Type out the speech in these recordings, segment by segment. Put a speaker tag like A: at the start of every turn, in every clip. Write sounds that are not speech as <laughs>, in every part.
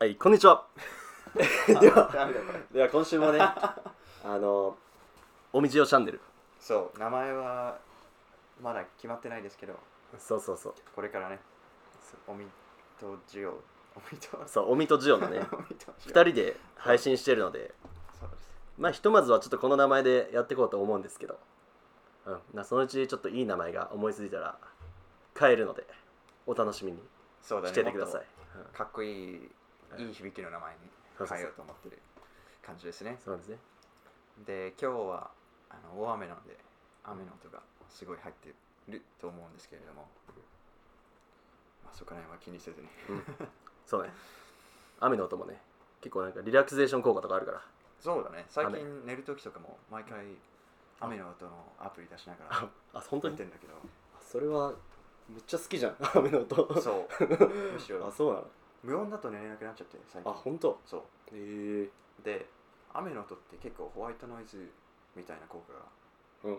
A: はい、こんにち
B: <laughs>
A: は。 <laughs> では、
B: ダメだこれ
A: では今週
B: <laughs>
A: もね、あの、おみじおチャンネル。
B: そう名前はまだ決まってないですけど
A: そうそうそう。
B: これからねおみとじをおみと
A: そう、おみとジオの
B: <laughs>
A: ね、
B: おみと
A: 2
B: じを
A: 人で配信してるので、
B: そうです
A: まあ、ひとまずはちょっとこの名前でやっていこうと思うんですけど、うん、なそのうちちょっといい名前が思いついたら変えるので、お楽しみに
B: そうだね
A: しててください
B: も。っとかっこいい
A: はい
B: いい響きの名前に
A: うん
B: 変えようと思ってる感じですね
A: そうですね。
B: で今日はあの大雨なんで雨の音がすごい入ってると思うんですけれどもまあそこら辺は気にせずに
A: そうね。雨の音もね、結構なんかリラクゼーション効果とかあるから。
B: そうだね最近寝る時とかも毎回雨の音のアプリ出しなが
A: あ、あ本当
B: ら寝
A: に
B: てんだけど
A: <laughs> それは、めっちゃ好きじゃん、雨の音。
B: そうむし
A: <laughs>
B: ろ
A: あ、そうなの
B: 無音だと寝れなくなっちゃって最近
A: あ、本当。
B: そ
A: へえ
B: うで雨の音って結構ホワイトノイズみたいな効果が
A: うん。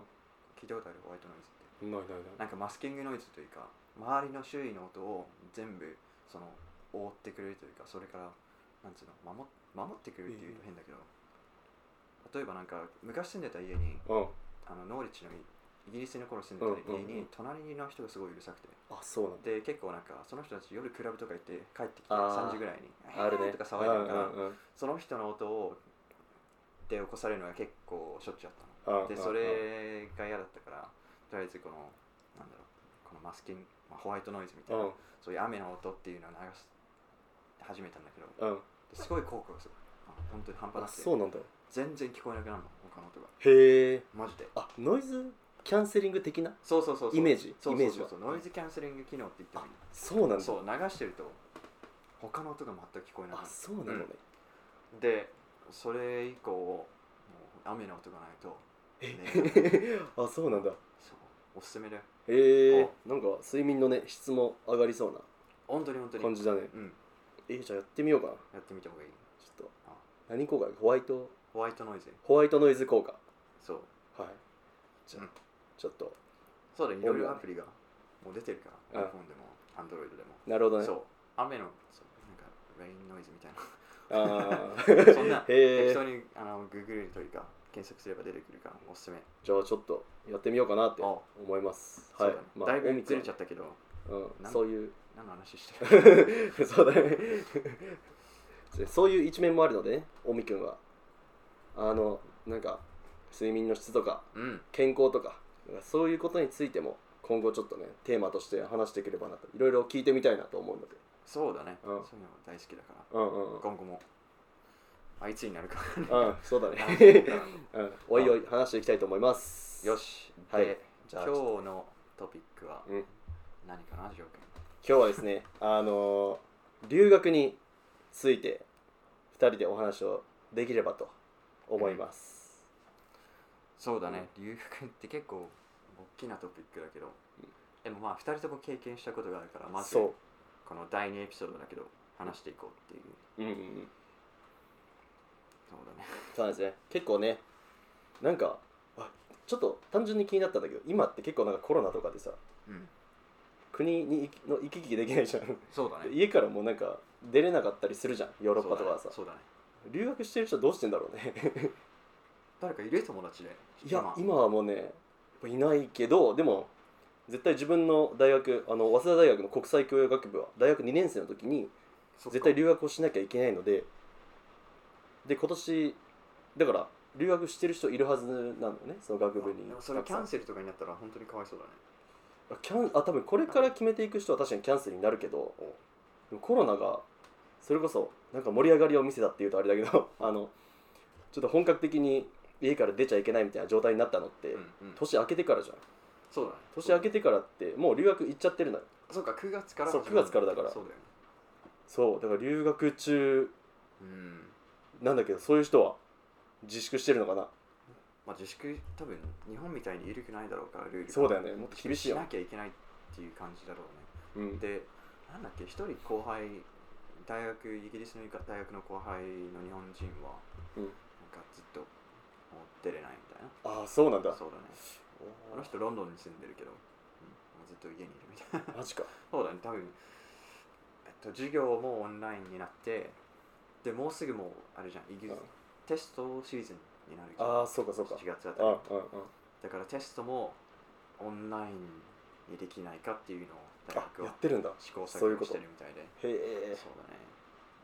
B: 聞いたことあるホワイトノイズって
A: ないない
B: なんかマスキングノイズというか周りの周囲の音を全部その覆ってくれるというかそれからなんつうの守守ってくれるっていうと変だけど、例えばなんか昔住んでた家に
A: ない。うん。
B: あのノーリッチのイギリスの頃住んでた家
A: うんうんう
B: に
A: ん
B: 隣の人がすごいうるさくて
A: あ、そうなんだ。
B: で結構なんかその人たち夜クラブとか行って帰ってきて
A: あー
B: 3時ぐらいに「
A: あるね。
B: とか騒いでるから、
A: うんうんうん
B: その人の音をで起こされるのが結構しょっちゅうあったの。
A: あ
B: で
A: あ
B: それが嫌だったからとりあえずこのなんだろうこのマスキング、まあ、ホワイトノイズみた
A: う
B: いなんそういう雨の音っていうのを流し始めたんだけど
A: うん
B: ですごい効果がすごいあ本当に半端な
A: あ
B: く
A: そう
B: て
A: なんだ
B: 全然聞こえなくなるの他の音が
A: へえ
B: マジで
A: あノイズキャンセリング的な
B: そうそうそうそう
A: イメージ
B: そう
A: イ
B: そ
A: メ
B: う
A: ージ
B: そう
A: は
B: そうノイズキャンセリング機能って言ってもいい
A: そうなんだ
B: そう流してると他の音が全く聞こえなくな
A: あ
B: る
A: そうなのね
B: でそれ以降もう雨の音がないと寝れない
A: え <laughs> あそうなんだ
B: そうおすすめだよ
A: へえなんか睡眠のね質も上がりそうな
B: 本当に本当に
A: 感じだね
B: うん
A: えじゃあやってみようかな
B: やってみた方がいい
A: ちょっと
B: あ
A: 何効果ホワイト
B: ホワイトノイズ
A: ホワイトノイズ効果
B: そう
A: はいじゃあ
B: うん
A: ちょっと
B: そうだねい
A: 俺は
B: ろ
A: ね
B: いろアプリがもう出てるから
A: うん
B: iPhone でも Android でも、
A: なるほどね
B: そう雨のそうなんかレインノイズみたいな
A: ああ
B: <laughs> そんな
A: へ
B: 適
A: え
B: 当にあの Google というか検索すれば出てくるからおすすめ、
A: じゃあちょっとやってみようかなって
B: あ
A: 思います
B: そ
A: は
B: う
A: い
B: だね、
A: まあ
B: だい
A: オ
B: ぶ
A: ミク
B: ず
A: ロ
B: れ
A: ン
B: ちゃったけど
A: うん
B: なん
A: そういう <laughs>
B: 何の話してる
A: そうだね <laughs> でそういう一面もあるのでねおみくんはあのなんか睡眠の質とか
B: うん
A: 健康とかそういうことについても今後ちょっとねテーマとして話していければなといろいろ聞いてみたいなと思うので
B: そうだね、
A: うん
B: そういうの大好きだから
A: うんうん
B: 今後もあいつになる
A: <laughs>
B: か
A: うん、うん、そうだね <laughs> うんおいおい話していきたいと思います
B: よしで、
A: はいじゃ
B: 今
A: あ
B: 日のトピックは
A: うん
B: 何かなジョー君
A: 今日はですねあのー留学について2人でお話をできればと思います、
B: そうだね、留学って結構大きなトピックだけど、でもまあ2人とも経験したことがあるからまず
A: そ
B: この第2エピソードだけど話していこうっていう
A: ううんうんうん
B: そうだね
A: そうなんですね結構ねなんかあちょっと単純に気になったんだけど今って結構なんかコロナとかでさ
B: うん
A: 国に行きの行き来できないじゃん
B: そうだ
A: 家からもうなんか出れなかったりするじゃんヨー
B: ヨ
A: ロッパとかはさ、
B: そうだね
A: 留学してる人どうしてんだろうね
B: 誰かいる友達で
A: いや今はもうねいないけどでも絶対自分の大学あの早稲田大学の国際教養学部は大学2年生の時に
B: そっか
A: 絶対留学をしなきゃいけないのでで今年だから留学してる人いるはずなのねその学部に
B: あそれキャン
A: セ
B: セルとかになったら本当にかわいそうだね
A: ルキャンあ多分これから決めていく人は確かにキャンセルになるけどでもコロナがそれこそなんか盛り上がりを見せたっていうとあれだけどあのちょっと本格的に家から出ちゃいけないみたいな状態になったのって、
B: うんうん
A: 年明けてからじゃん
B: そうだね
A: 年明けてからってもう留学行っちゃってるのよ
B: そうか9月から
A: そう
B: 始まる
A: 9月からだから
B: そうだよね
A: そうだから留学中
B: うん
A: なんだけどそういう人は自粛してるのかな
B: まあ自粛多分日本みたいに緩くないだろうからルールが
A: そうだよねもっと厳しい
B: し
A: よ
B: なきゃいけないっていう感じだろうね
A: うん
B: でなんだっけ一人後輩大学イギリスの大学の後輩の日本人は、
A: うん
B: なんかずっともう出れないみたいな
A: ああそうなんだ
B: そうだねあ
A: あ
B: の
A: の人
B: 人ロンドンに住んでるけど、うんもうずっと家にいるみたいな <laughs>
A: マジか
B: そうだね多分、えっと、授業もオンラインになってでもうすぐもうあれじゃんイギリス、
A: うん
B: テストシーズンになるじゃん
A: ああそうかそうか
B: 7月だった
A: うんうん
B: ら
A: うん
B: だからテストもオンラインにできないかっていうのを大学
A: あ
B: は
A: やってるんだへ
B: 試行
A: そうい
B: 錯
A: うこと
B: 誤してるみたいで
A: え
B: そうだね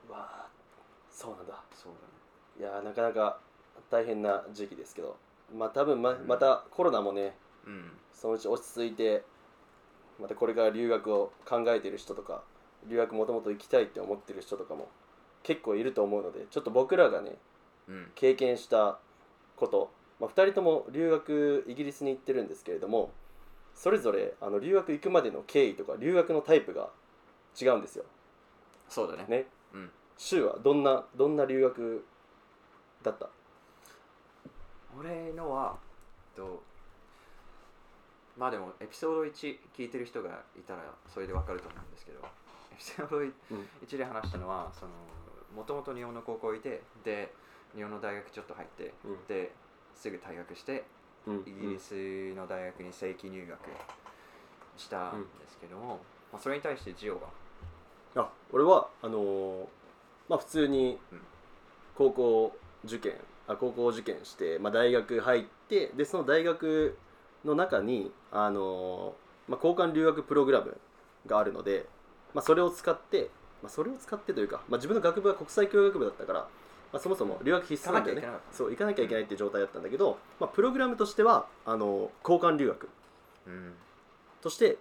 A: わあそうなんだ
B: そうだね
A: いやーなかなか大変な時期ですけどまあ多分ま
B: うん
A: またコロナもね
B: うん
A: そのうち落ち着いてまたこれから留学を考えてる人とか留学もともと行きたいって思ってる人とかも結構いると思うのでちょっと僕らがね
B: うん
A: 経験したこと、まあ、2人とも留学イギリスに行ってるんですけれどもそれぞれあの留学行くまでの経緯とか留学のタイプが違うんですよ。
B: そうだね
A: ね。
B: うん
A: 柊はどんなどんな留学だった
B: 俺のはえっとまあでもエピソード1聞いてる人がいたらそれでわかると思うんですけどエピソード
A: うん
B: 1で話したのはそのもともと日本の高校いてで日本の大学ちょっと入って
A: うん
B: ですぐ退学して
A: うん
B: イギリスの大学に正規入学したんですけども、まあ、それに対してジオが
A: あ俺はあのーまあ普通に
B: うん
A: 高校受験あ高校受験して、まあ、大学入ってでその大学の中に、あのーまあ、交換留学プログラムがあるので、まあ、それを使って、まあ、それを使ってというか、まあ、自分の学部は国際教育学部だったから、まあ、そもそも留学必須なんだよね
B: 行かなきゃいけなかった
A: そう行かなきゃいけないっていう状態だったんだけど、まあ、プログラムとしてはあのー交換留学
B: うん
A: そして、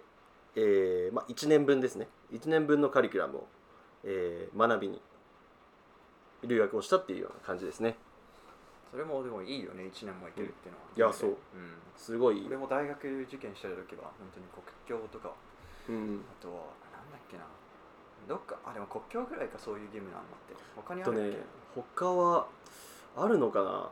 A: えーまあ、1年分ですね1年分のカリキュラムを、えー学びに留学をしたっていうような感じですね
B: それもでもいいよね1年も行けるっていうのは、
A: うんいやそう、
B: ん、
A: すごい、
B: 俺も大学受験してる時は本当に国境とか
A: うん
B: あとはなんだっけなどっかあでも国境ぐらいかそういう義務なんだって他にあるっけ、
A: えっとね他はあるのかな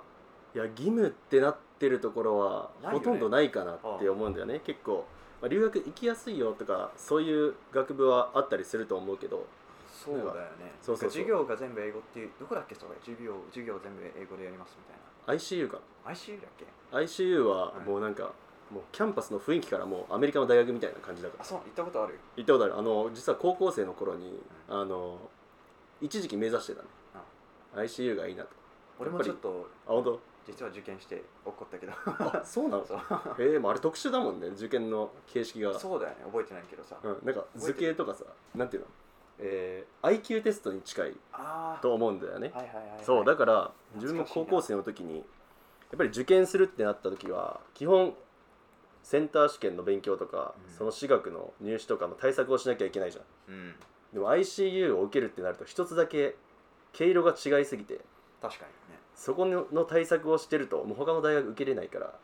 A: いや義務ってなってるところは
B: ないよね
A: ほとんどないかなって思うんだよね結構、まあ、留学行きやすいよとかそういう学部はあったりすると思うけど
B: そうだよね
A: そうそうそう
B: 授業が全部英語っていうどこだっけそれ授業授業全部英語でやりますみたい
A: ICU か
B: な ICU だっけ
A: ICU は
B: はい
A: もうなんか、もうキャンパスの雰囲気からもうアメリカの大学みたいな感じだから
B: あそう行ったことある
A: 行ったことあるあの実は高校生の頃に、あの一時期目指してたね
B: あ
A: ICU がいいなと
B: 俺もちょっと
A: あ本当
B: 実は受験して怒ったけど
A: あそうなの
B: そう
A: ええまあ、あれ特殊だもんね受験の形式が
B: <laughs> そうだよね覚えてないけどさ、あ
A: うん、なんか図
B: 覚えて
A: 形
B: る
A: とかさなんていうの、えー、IQ テストに近い
B: あー
A: と思うんだよね、
B: はいはいはいはい、
A: そうだから自分
B: 懐
A: も
B: かしい
A: 高校生
B: な
A: の時にやっぱり受験するってなった時は基本センター試験の勉強とか、
B: うん
A: その私学の入試とかの対策をしなきゃいけないじゃん
B: うん
A: でも ICU を受けるってなると一つだけ毛色が違いすぎて
B: 確かにね、
A: そこの対策をしてるともう他の大学受けれないから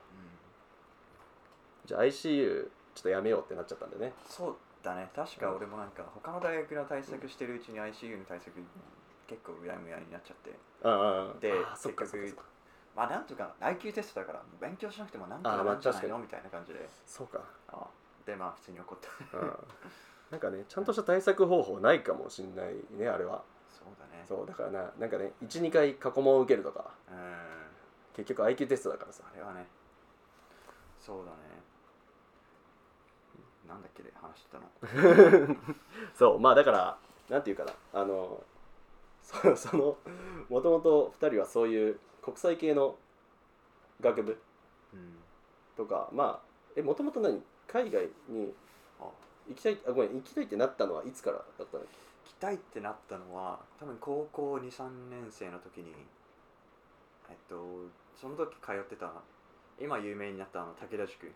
A: じゃあ ICU ちょっとやめようってなっちゃったんでね
B: うん、そうだね確か俺もなんか他の大学の対策してるうちに ICU の対策結構うやむやになっちゃって
A: ああああ
B: で
A: ああそっかそ
B: 結
A: っかそっ
B: 局
A: か
B: まあなんとか IQ テストだから勉強しなくてもなんと
A: あ
B: か
A: ーまあ
B: なんじゃない
A: 確か
B: のみたいな感じで
A: そうか
B: あでまあ普通に怒った <laughs>
A: うんなんかねちゃんとした対策方法ないかもしんないねあれは
B: そうだね
A: そうだからななんかね12回過去問を受けるとか
B: うんあ
A: 結局 IQ テストだからさ
B: れはねそうだねなんだっけで話してたの
A: そうまあだからなんていうかなあのそ <laughs> そのもともと2人はそういう国際系の学部
B: うん
A: とかまあえもともと何海外に
B: あ
A: 行きたいあごめん行きたいってなったのはいつからだったの
B: 行きたいってなったのは多分高校23年生の時にえっとその時通ってた今有名になったあの武田塾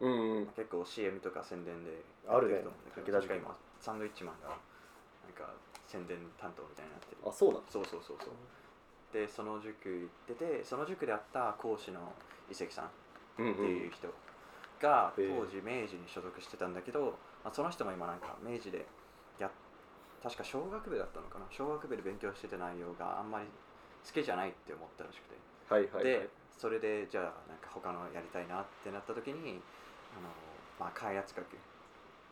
A: うんうん
B: 結構 CM とか宣伝で
A: あるね
B: やってと思うんだけど
A: 武田塾
B: 確か今サンドイッチマンがなんか宣伝担当みたいになってる
A: あそうなの
B: そうそうそうそうでその塾行っててその塾であった講師の伊関さん
A: うん
B: っていう人が
A: へ
B: 当
A: え
B: 時明治に所属してたんだけど、まあ、その人も今なんか明治でやっ確か小学部だったのかな小学部で勉強してた内容があんまり好きじゃないって思ったらしくて、
A: はいはいはい
B: でそれでじゃあなんか他のやりたいなってなった時にあの、まあ、開発学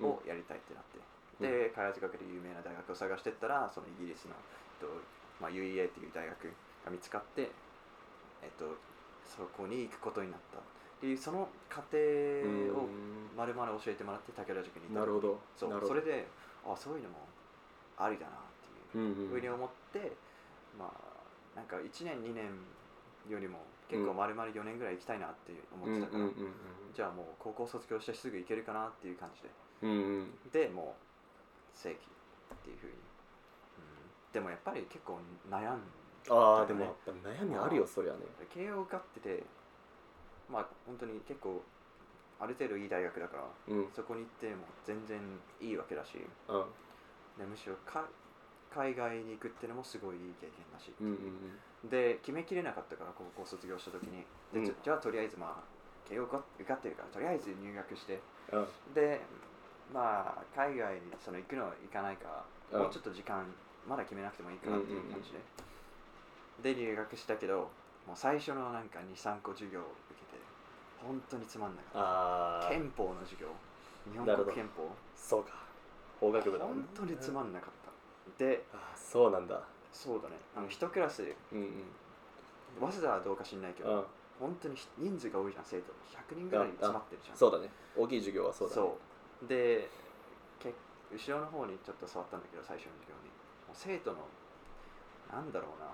B: をやりたいってなって、
A: うん
B: で開発学で有名な大学を探してったらそのイギリスの、えっとまあ、UEA っていう大学が見つかって、えっと、そこに行くことになったっていうその過
A: う
B: 程
A: ー
B: を
A: ん
B: まるまる教えてもらって武田塾に行った
A: なるほど
B: そう
A: なるほど
B: それであそういうのもありだなっていう
A: うんう
B: ふうに
A: ん
B: 思って、まあなんか1年2年よりも結構丸々4年ぐらい行きたいなって思ってたから、じゃあもう高校卒業してすぐ行けるかなっていう感じ
A: うんうん
B: ででもう正規っていうふうに、うん、でもやっぱり結構悩ん
A: ああでもやっぱ悩みあるよそりゃね
B: 慶応受かっててまあ本当に結構ある程度いい大学だから
A: うん
B: そこに行っても全然いいわけだし
A: うん
B: でむしろか海外に行くってのもすごいいい経験だし、
A: うんうん
B: で決めきれなかったから高校卒業した時にでじゃ
A: うん
B: じゃあとりあえずまあ慶応受か受かってるからとりあえず入学して
A: うん
B: でまあ海外にその行くのは行かないか、
A: うん
B: もうちょっと時間まだ決めなくてもいいかなっていう感じで、で入学したけどもう最初のなんか23個授業を受けて本当につまんなかっ
A: あ
B: た
A: あ
B: 憲法の授業日本
A: なるほ
B: 国
A: ど
B: 憲法
A: そうか法学部だもん
B: 本
A: ね
B: 当につまんなかったで
A: あーそうなんだ
B: そうだねあ
A: う
B: の
A: ん
B: 一クラス
A: うんうん
B: 早稲田はどうか知んないけ
A: う
B: ど
A: ん
B: 本当に人数が多いじゃん生徒100人ぐらい詰まってるじゃん
A: そうだね大きい授業はそうだね
B: そうでけ後ろの方にちょっと座ったんだけど最初の授業にもう生徒のなんだろうな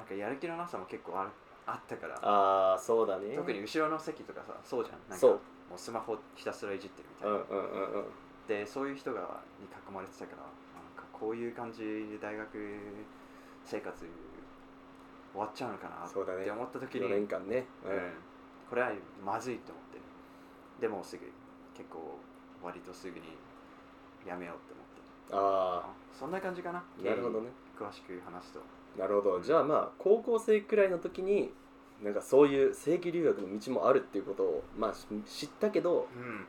B: なんかやる気のなさも結構あるあったから
A: ああそうだね
B: 特に後ろの席とかさそうじゃんなんか
A: そう
B: もうスマホひたすらいじってるみた
A: う
B: いな、
A: んうんうんうん
B: でそういう人がに囲まれてたからなんかこういう感じで大学生活終わっちゃうのかな
A: そうだね
B: って思った時に
A: 4年間ねう
B: うん
A: ん、
B: これはまずいと思ってでもうすぐ結構割とすぐにやめようって思って
A: あ
B: そんな感じかな
A: あなるほどね
B: 詳しく話すと
A: なるほどじゃあまあ高校生くらいの時になんかそういう正規留学の道もあるっていうことを、まあ、し知ったけど
B: うん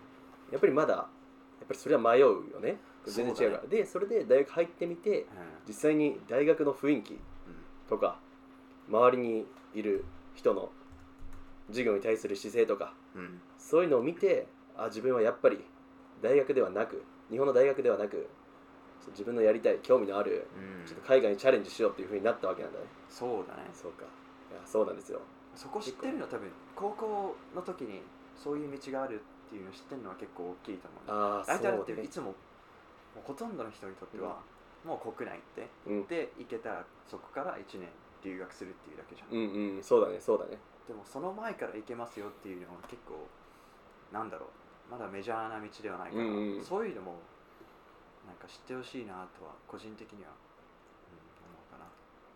A: やっぱりまだやっぱりそれは迷うよね
B: そう
A: 全
B: だね
A: 然違うからでそれで大学入ってみて実際に大学の雰囲気とか周りにいる人の授業に対する姿勢とか
B: うんうん
A: そういうのを見てあ自分はやっぱり大学ではなく日本の大学ではなくちょっと自分のやりたい興味のある
B: うん
A: ちょっと海外にチャレンジしようっていうふうになったわけなんだね
B: そうだね
A: そうかいやそうなんですよ
B: そこ知ってるの多分高校の時にそういう道があるっていうの知ってるのは結構大きいと思う
A: ああ
B: 大
A: そ
B: 体だっ
A: う
B: て
A: ね
B: いつももうほとんどの人にとっては、もう国内行って
A: うん
B: で行けたらそこから1年留学するっていうだけじゃん
A: うんうんそうだねそうだね
B: でもその前から行けますよっていうのは結構なんだろうまだメジャーな道ではないから、
A: うんうん
B: そういうのもなんか知ってほしいなとは個人的には、うん、思うかな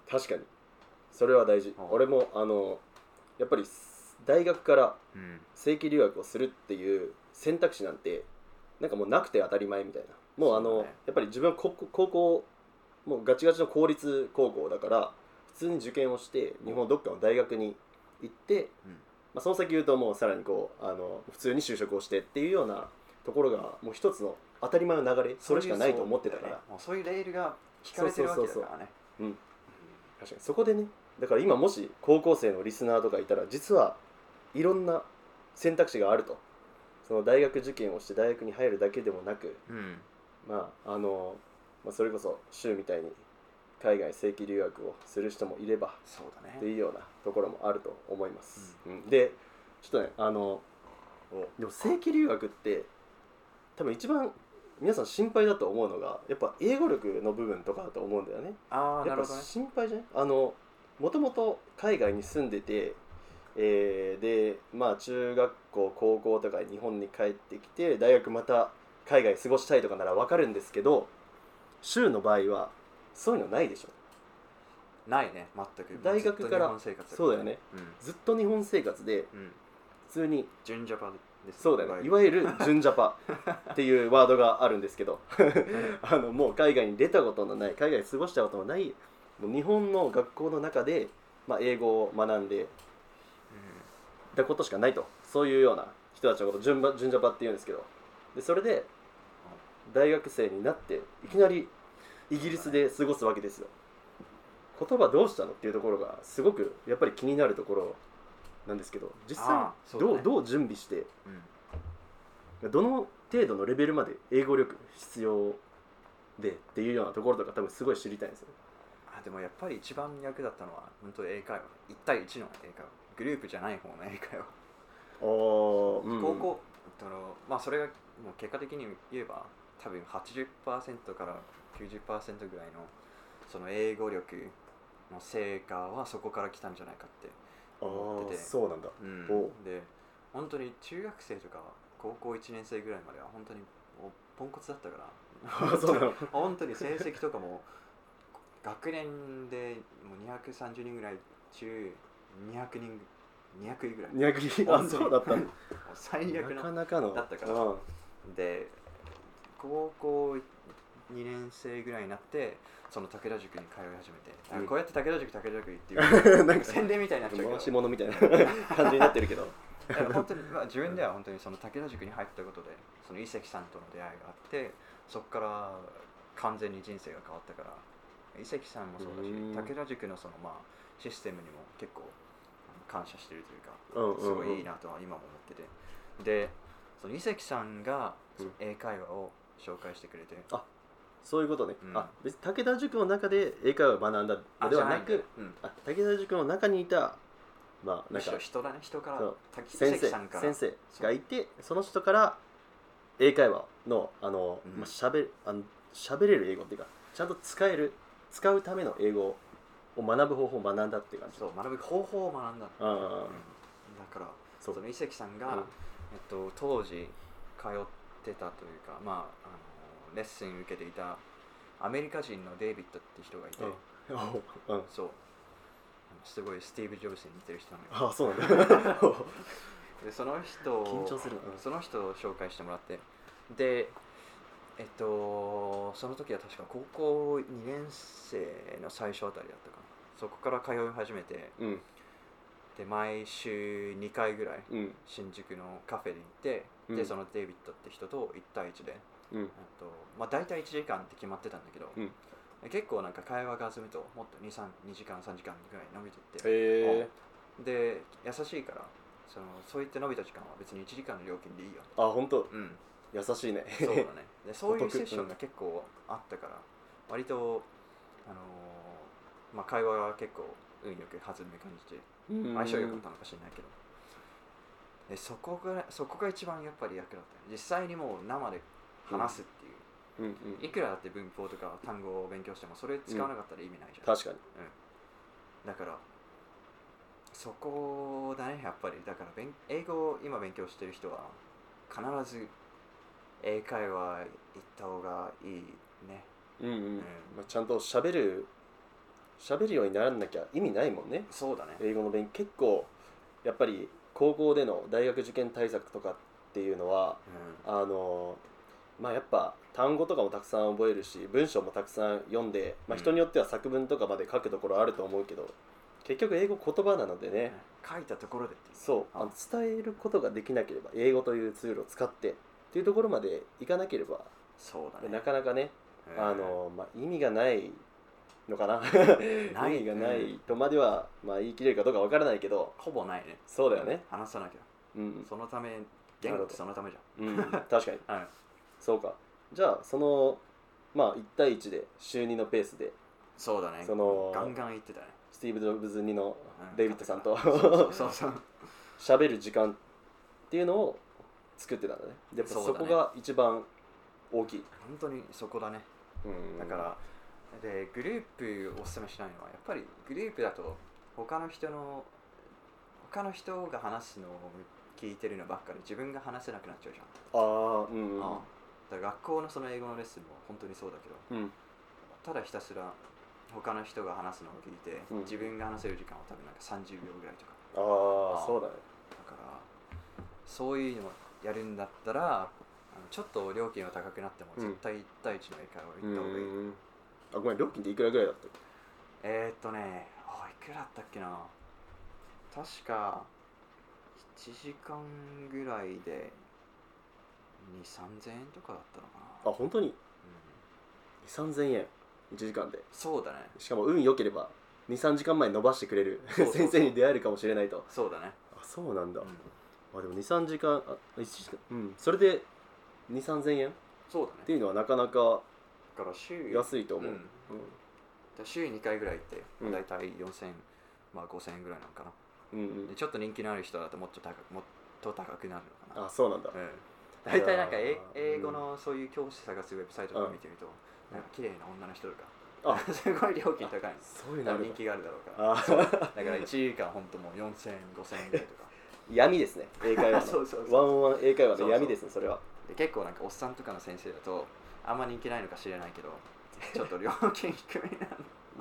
A: 確かにそれは大事
B: うん
A: 俺もあのやっぱり大学から
B: うん
A: 正規留学をするっていう選択肢なんてなんかもうなくて当たり前みたいなもうあ
B: そ
A: の
B: うだね
A: やっぱり自分は高校高校もうガチガチの公立高校だから普通に受験をして日本どっかの大学に行って、
B: うん
A: まあ、その先言うともうさらにこうあの普通に就職をしてっていうようなところがもう一つの当たり前の流れそれしかないと思ってたから
B: もうそういうレールが引かれてるわけだか
A: そうそうそ
B: らね
A: うそううん確かにそこでねだから今もし高校生のリスナーとかいたら実はいろんな選択肢があるとその大学受験をして大学に入るだけでもなく
B: うん
A: まああの、まあ、それこそ州みたいに海外正規留学をする人もいれば
B: そうだ
A: って
B: ね
A: いうようなところもあると思います、うんでちょっとねあのでも正規留学って多分一番皆さん心配だと思うのがやっぱ英語力の部分とかだと思うんだよね
B: ああ
A: や
B: な
A: っ
B: る
A: ぱ
B: ほどね
A: 心配じゃないあのもともと海外に住んでて、えーでまあ中学校高校とか日本に帰ってきて大学また海外過ごしたいとかならわかるんですけど州の場合はそういうのないでしょ
B: ないね全く
A: 大学から
B: もうずっと日本生活
A: そうだよねずっと日本生活で
B: うん、うん、
A: 普通に
B: 純ジャパです
A: そうだよねい
B: いわ
A: わゆる純ジャパっていうワードがあるんですけど <laughs> あのもう海外に出たことのない海外で過ごしたことのないもう日本の学校の中で、まあ、英語を学んでったことしかないとそういうような人たちのことを順ば順ジャパって言うんですけどでそれで大学生になっていきなりイギリスで過ごすわけですよ言葉どうしたのっていうところがすごくやっぱり気になるところなんですけど実際
B: あーそうだ
A: どう
B: ね
A: どう準備して
B: うんうん
A: どの程度のレベルまで英語力必要でっていうようなところとか多分すごい知りたいんですよ
B: あでもやっぱり一番役だったのは本当英会話1対1の英会話グループじゃない方の英会話、
A: お
B: 高校そのまあそれがもう結果的に言えば多分80%から90%ぐらいのその英語力の成果はそこから来たんじゃないかって、
A: あ
B: 思って
A: あ
B: て
A: そうなんだ <laughs>
B: うん
A: おう
B: で本当に中学生とか高校1年生ぐらいまでは本当にもうポンコツだったから <laughs>
A: そうなの
B: 本当に成績とかも学年でもう230人ぐらい中200人200位ぐらい
A: 200人あそうだった
B: もう最悪
A: なか
B: の
A: なかの
B: だったから
A: うん
B: で高校2年生ぐらいになってその武田塾に通い始めて、あ
A: うん
B: こうやって武田塾武田塾言ってい
A: <laughs>
B: う
A: なんか
B: 宣伝みたいになっちゃうけど
A: 回し物みたいな感じになってる
B: <laughs>
A: けど
B: だから本当に、まあ、自分では本当にその武田塾に入ったことでその伊関さんとの出会いがあってそこから完全に人生が変わったから伊関さんもそうだし
A: うん
B: 武田塾のその、まあ、システムにも結構あの感謝してるというか
A: うん
B: すごいいい
A: な
B: なとは今も思っててでその伊関さんがその英会話を紹介してくれて、
A: そういうことね、
B: うん
A: あ別に武田塾の中で英会話を学んだのではな
B: じゃい
A: く
B: うん
A: あ武田塾の中にいたまあな
B: む
A: ん
B: し
A: か
B: ろ人だね人から
A: そう
B: 武伊
A: 先
B: 関
A: 生
B: さんから
A: 先生がいてその人から英会話のあの、
B: うん
A: まあ、しゃべあの喋れる英語っていうかちゃんと使える使うための英語を学ぶ方法を学んだっていう感じ
B: そう学ぶ方法を学んだの、
A: ああ
B: うんだから
A: そう
B: その伊関さんが、
A: うん
B: えっと、当時通ってたというか、まあ、あのレッスン受けていたアメリカ人のデイビッドって人がいて、
A: うん、 <laughs> うん、
B: そうあのすごいスティーブ・ジョブズに似てる人なのよ
A: ああそうなん
B: <laughs>
A: だ
B: でその人を
A: 緊張するなうん
B: その人を紹介してもらってでえっとその時は確か高校2年生の最初あたりだったかなそこから通い始めて
A: うん
B: で毎週2回ぐらい
A: うん
B: 新宿のカフェに行って、
A: う
B: で
A: ん
B: そのデイビッドって人と1対1で
A: うん
B: あと、まあ、大体1時間って決まってたんだけど、
A: うん
B: 結構なんか会話が弾むともっと2 3 2時間3時間ぐらい伸びてって、
A: え
B: で優しいからそのそういった伸びた時間は別に1時間の料金でいいよ
A: ー、あ本当
B: うん
A: 優しいね
B: そう
A: <laughs>
B: だねでそうい
A: お
B: う
A: 得
B: セッションが結構あったから割と、あのーまあ、会話が結構運よく弾む感じで
A: うん
B: 相性良かったのかしれないけど、でそこがそこが一番やっぱり役だったね実際にもう生で話すっていう、
A: うんうん
B: いくらだって文法とか単語を勉強してもそれ使わなかったら意味ないじゃん、
A: 確かに
B: だからそこだねやっぱりだから勉英語を今勉強してる人は必ず英会話行った方がいいね
A: うんうん、
B: ん
A: まあ、ちゃんと喋る喋るようにならなきゃ意味ないもんね
B: そうだね
A: 英語の勉結構やっぱり高校での大学受験対策とかっていうのはあのまあやっぱ単語とかもたくさん覚えるし文章もたくさん読んで、ま
B: う
A: あ、
B: ん
A: 人によっては作文とかまで書くところあると思うけど、結局英語言葉なので
B: うん
A: ね、
B: 書いたところでっていう
A: そうあの伝えることができなければ英語というツールを使ってっていうところまでいかなければ、
B: そうだね
A: なかなかね
B: うん
A: あのまあ、意味がないのかな
B: ない
A: 意味がないとまでは、まあ、言い切れるかどうかわからないけど
B: ほぼないね
A: そうだよね
B: 話さなきゃ
A: うん、
B: そのため言語ってそのためじ
A: うん、確かに
B: ゃん、はい、
A: そうかじゃあそのまあ1対1で週2のペースで
B: そうだね
A: その
B: ガンガン言ってたね
A: スティーブ・ジョブズ2の
B: うん
A: デイビッドさんと
B: そうそうそう
A: <laughs> 喋る時間っていうのを作ってたんだねやっぱ
B: そう
A: そ
B: だね
A: こが一番大きい、
B: 本当にそこだね
A: うん
B: だからでグループおすすめしないのはやっぱりグループだと他の人の他の人が話すのを聞いてるのばっかり自分が話せなくなっちゃうじゃ、
A: ああうんうんん
B: ああだから学校のその英語のレッスンも本当にそうだけど
A: うん
B: ただひたすら他の人が話すのを聞いて、
A: うん
B: 自分が話せる時間は多分なんか30秒ぐらいとか
A: あ
B: あ
A: あ
B: ー
A: そうだね
B: だからそういうのをやるんだったらあのちょっと料金は高くなっても
A: うん
B: 絶対1対1の英会話を
A: う
B: 行った方がいい、
A: んあごめん料金っていくらぐらいだった
B: えー、っとねあいくらだったっけな確か1時間ぐらいで23000円とかだったのかな
A: あ本当に
B: うん
A: 3000円1時間で
B: そうだね
A: しかも運良ければ23時間前に伸ばしてくれる
B: そうそうそう
A: <laughs> 先生に出会えるかもしれないと
B: そうだね、
A: あそうなんだ、
B: うん
A: あでも23時間あ1時間うんそれで23000円っ
B: そうだ
A: て
B: ね
A: いうのはなかなか
B: だから週
A: 安いと思う、
B: う
A: うんん
B: だ週2回ぐらい行って、
A: うん
B: だいたい4000まあ5000円ぐらいなのかな
A: うんうん
B: でちょっと人気のある人だともっと高くもっと高くなるのかな
A: あそうなんだ、
B: うん大体なんか
A: いや
B: え
A: ー
B: 英語のそういう教師探すウェブサイトとか見てると、なんか綺麗な女の人とか
A: あ
B: <laughs> すごい料金高いの
A: そういう
B: 多
A: のあ
B: 分
A: る
B: 人気があるだろうから
A: あー
B: だから1時間本当もう4000円5000円ぐらいとか
A: <laughs> 闇ですね英会話の
B: <laughs> そうそうそう
A: ワンオンワン英会話の闇ですねそれは
B: で結構なんかおっさんとかの先生だとあんま人気ないのか知れないけどちょっと料金低め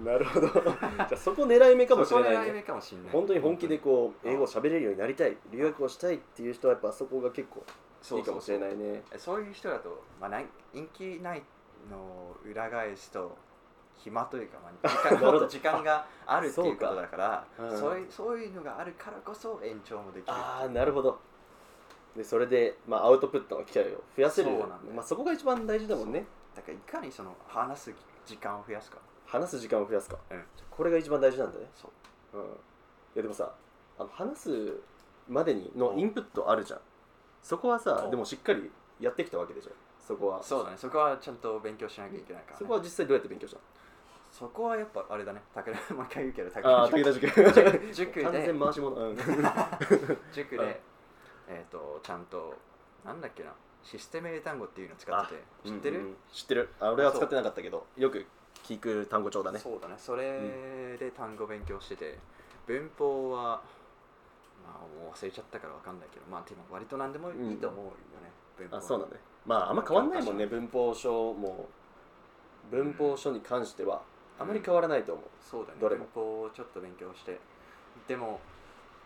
B: なの
A: なるほど <laughs> じゃあそこ狙い目かもしれ
B: そこ
A: な
B: 狙
A: い
B: い目
A: ね
B: かもしれない
A: 本当に本気でこう
B: うん
A: 英語を喋れるようになりたい留学をしたいっていう人はやっぱそこが結構
B: そう
A: いいかもしれないね
B: そういう人だと、まあ、ない人気ないのを裏返すと暇という
A: <laughs>
B: か、まあ、時間
A: なるほ
B: もっ
A: ど
B: と時間があるっていう
A: そう
B: こ
A: か
B: とだからそう
A: うん
B: いうそういうのがあるからこそ延長もできる
A: ああなるほどでそれで、まあ、アウトプットの機会を増やせる
B: そう
A: そ,、
B: なんだよ
A: まあ、そこが一番大事だもんね
B: だからいかにその話す時間を増やすか
A: 話す時間を増やすか、
B: うん
A: これが一番大事なんだね、
B: そう
A: うん、いやでもさあの話すまでにのインプットあるじゃんそこはさ
B: お
A: でもしっかりやってきたわけでしょそこは
B: そうだねそこはちゃんと勉強しなきゃいけないから、ね、
A: そこは実際どうやって勉強したの
B: そこはやっぱあれだね武田もう一回言うけど武
A: ああ
B: 田
A: 武田塾
B: 塾 <laughs> 塾で
A: 完全回し者、うん、
B: <laughs> 塾
A: うん
B: で、えっ、と、ちゃんと、なんだっけな、システム英単語っていうの使ってて、知ってる、
A: うんうんうん知ってるあ俺は使ってなかったけどよく聞く単語帳だね
B: そうだね、それで単語勉強してて、文法は、まあ、もう忘れちゃったからわかんないけど、まあ、でも割と何でもいいと思うよね、文法
A: あそうなんだねまああんま変わんないもんね文法書も文法書に関してはあまり変わらないと思う、
B: そうだね、
A: どれも
B: 文法をちょっと勉強して、でも、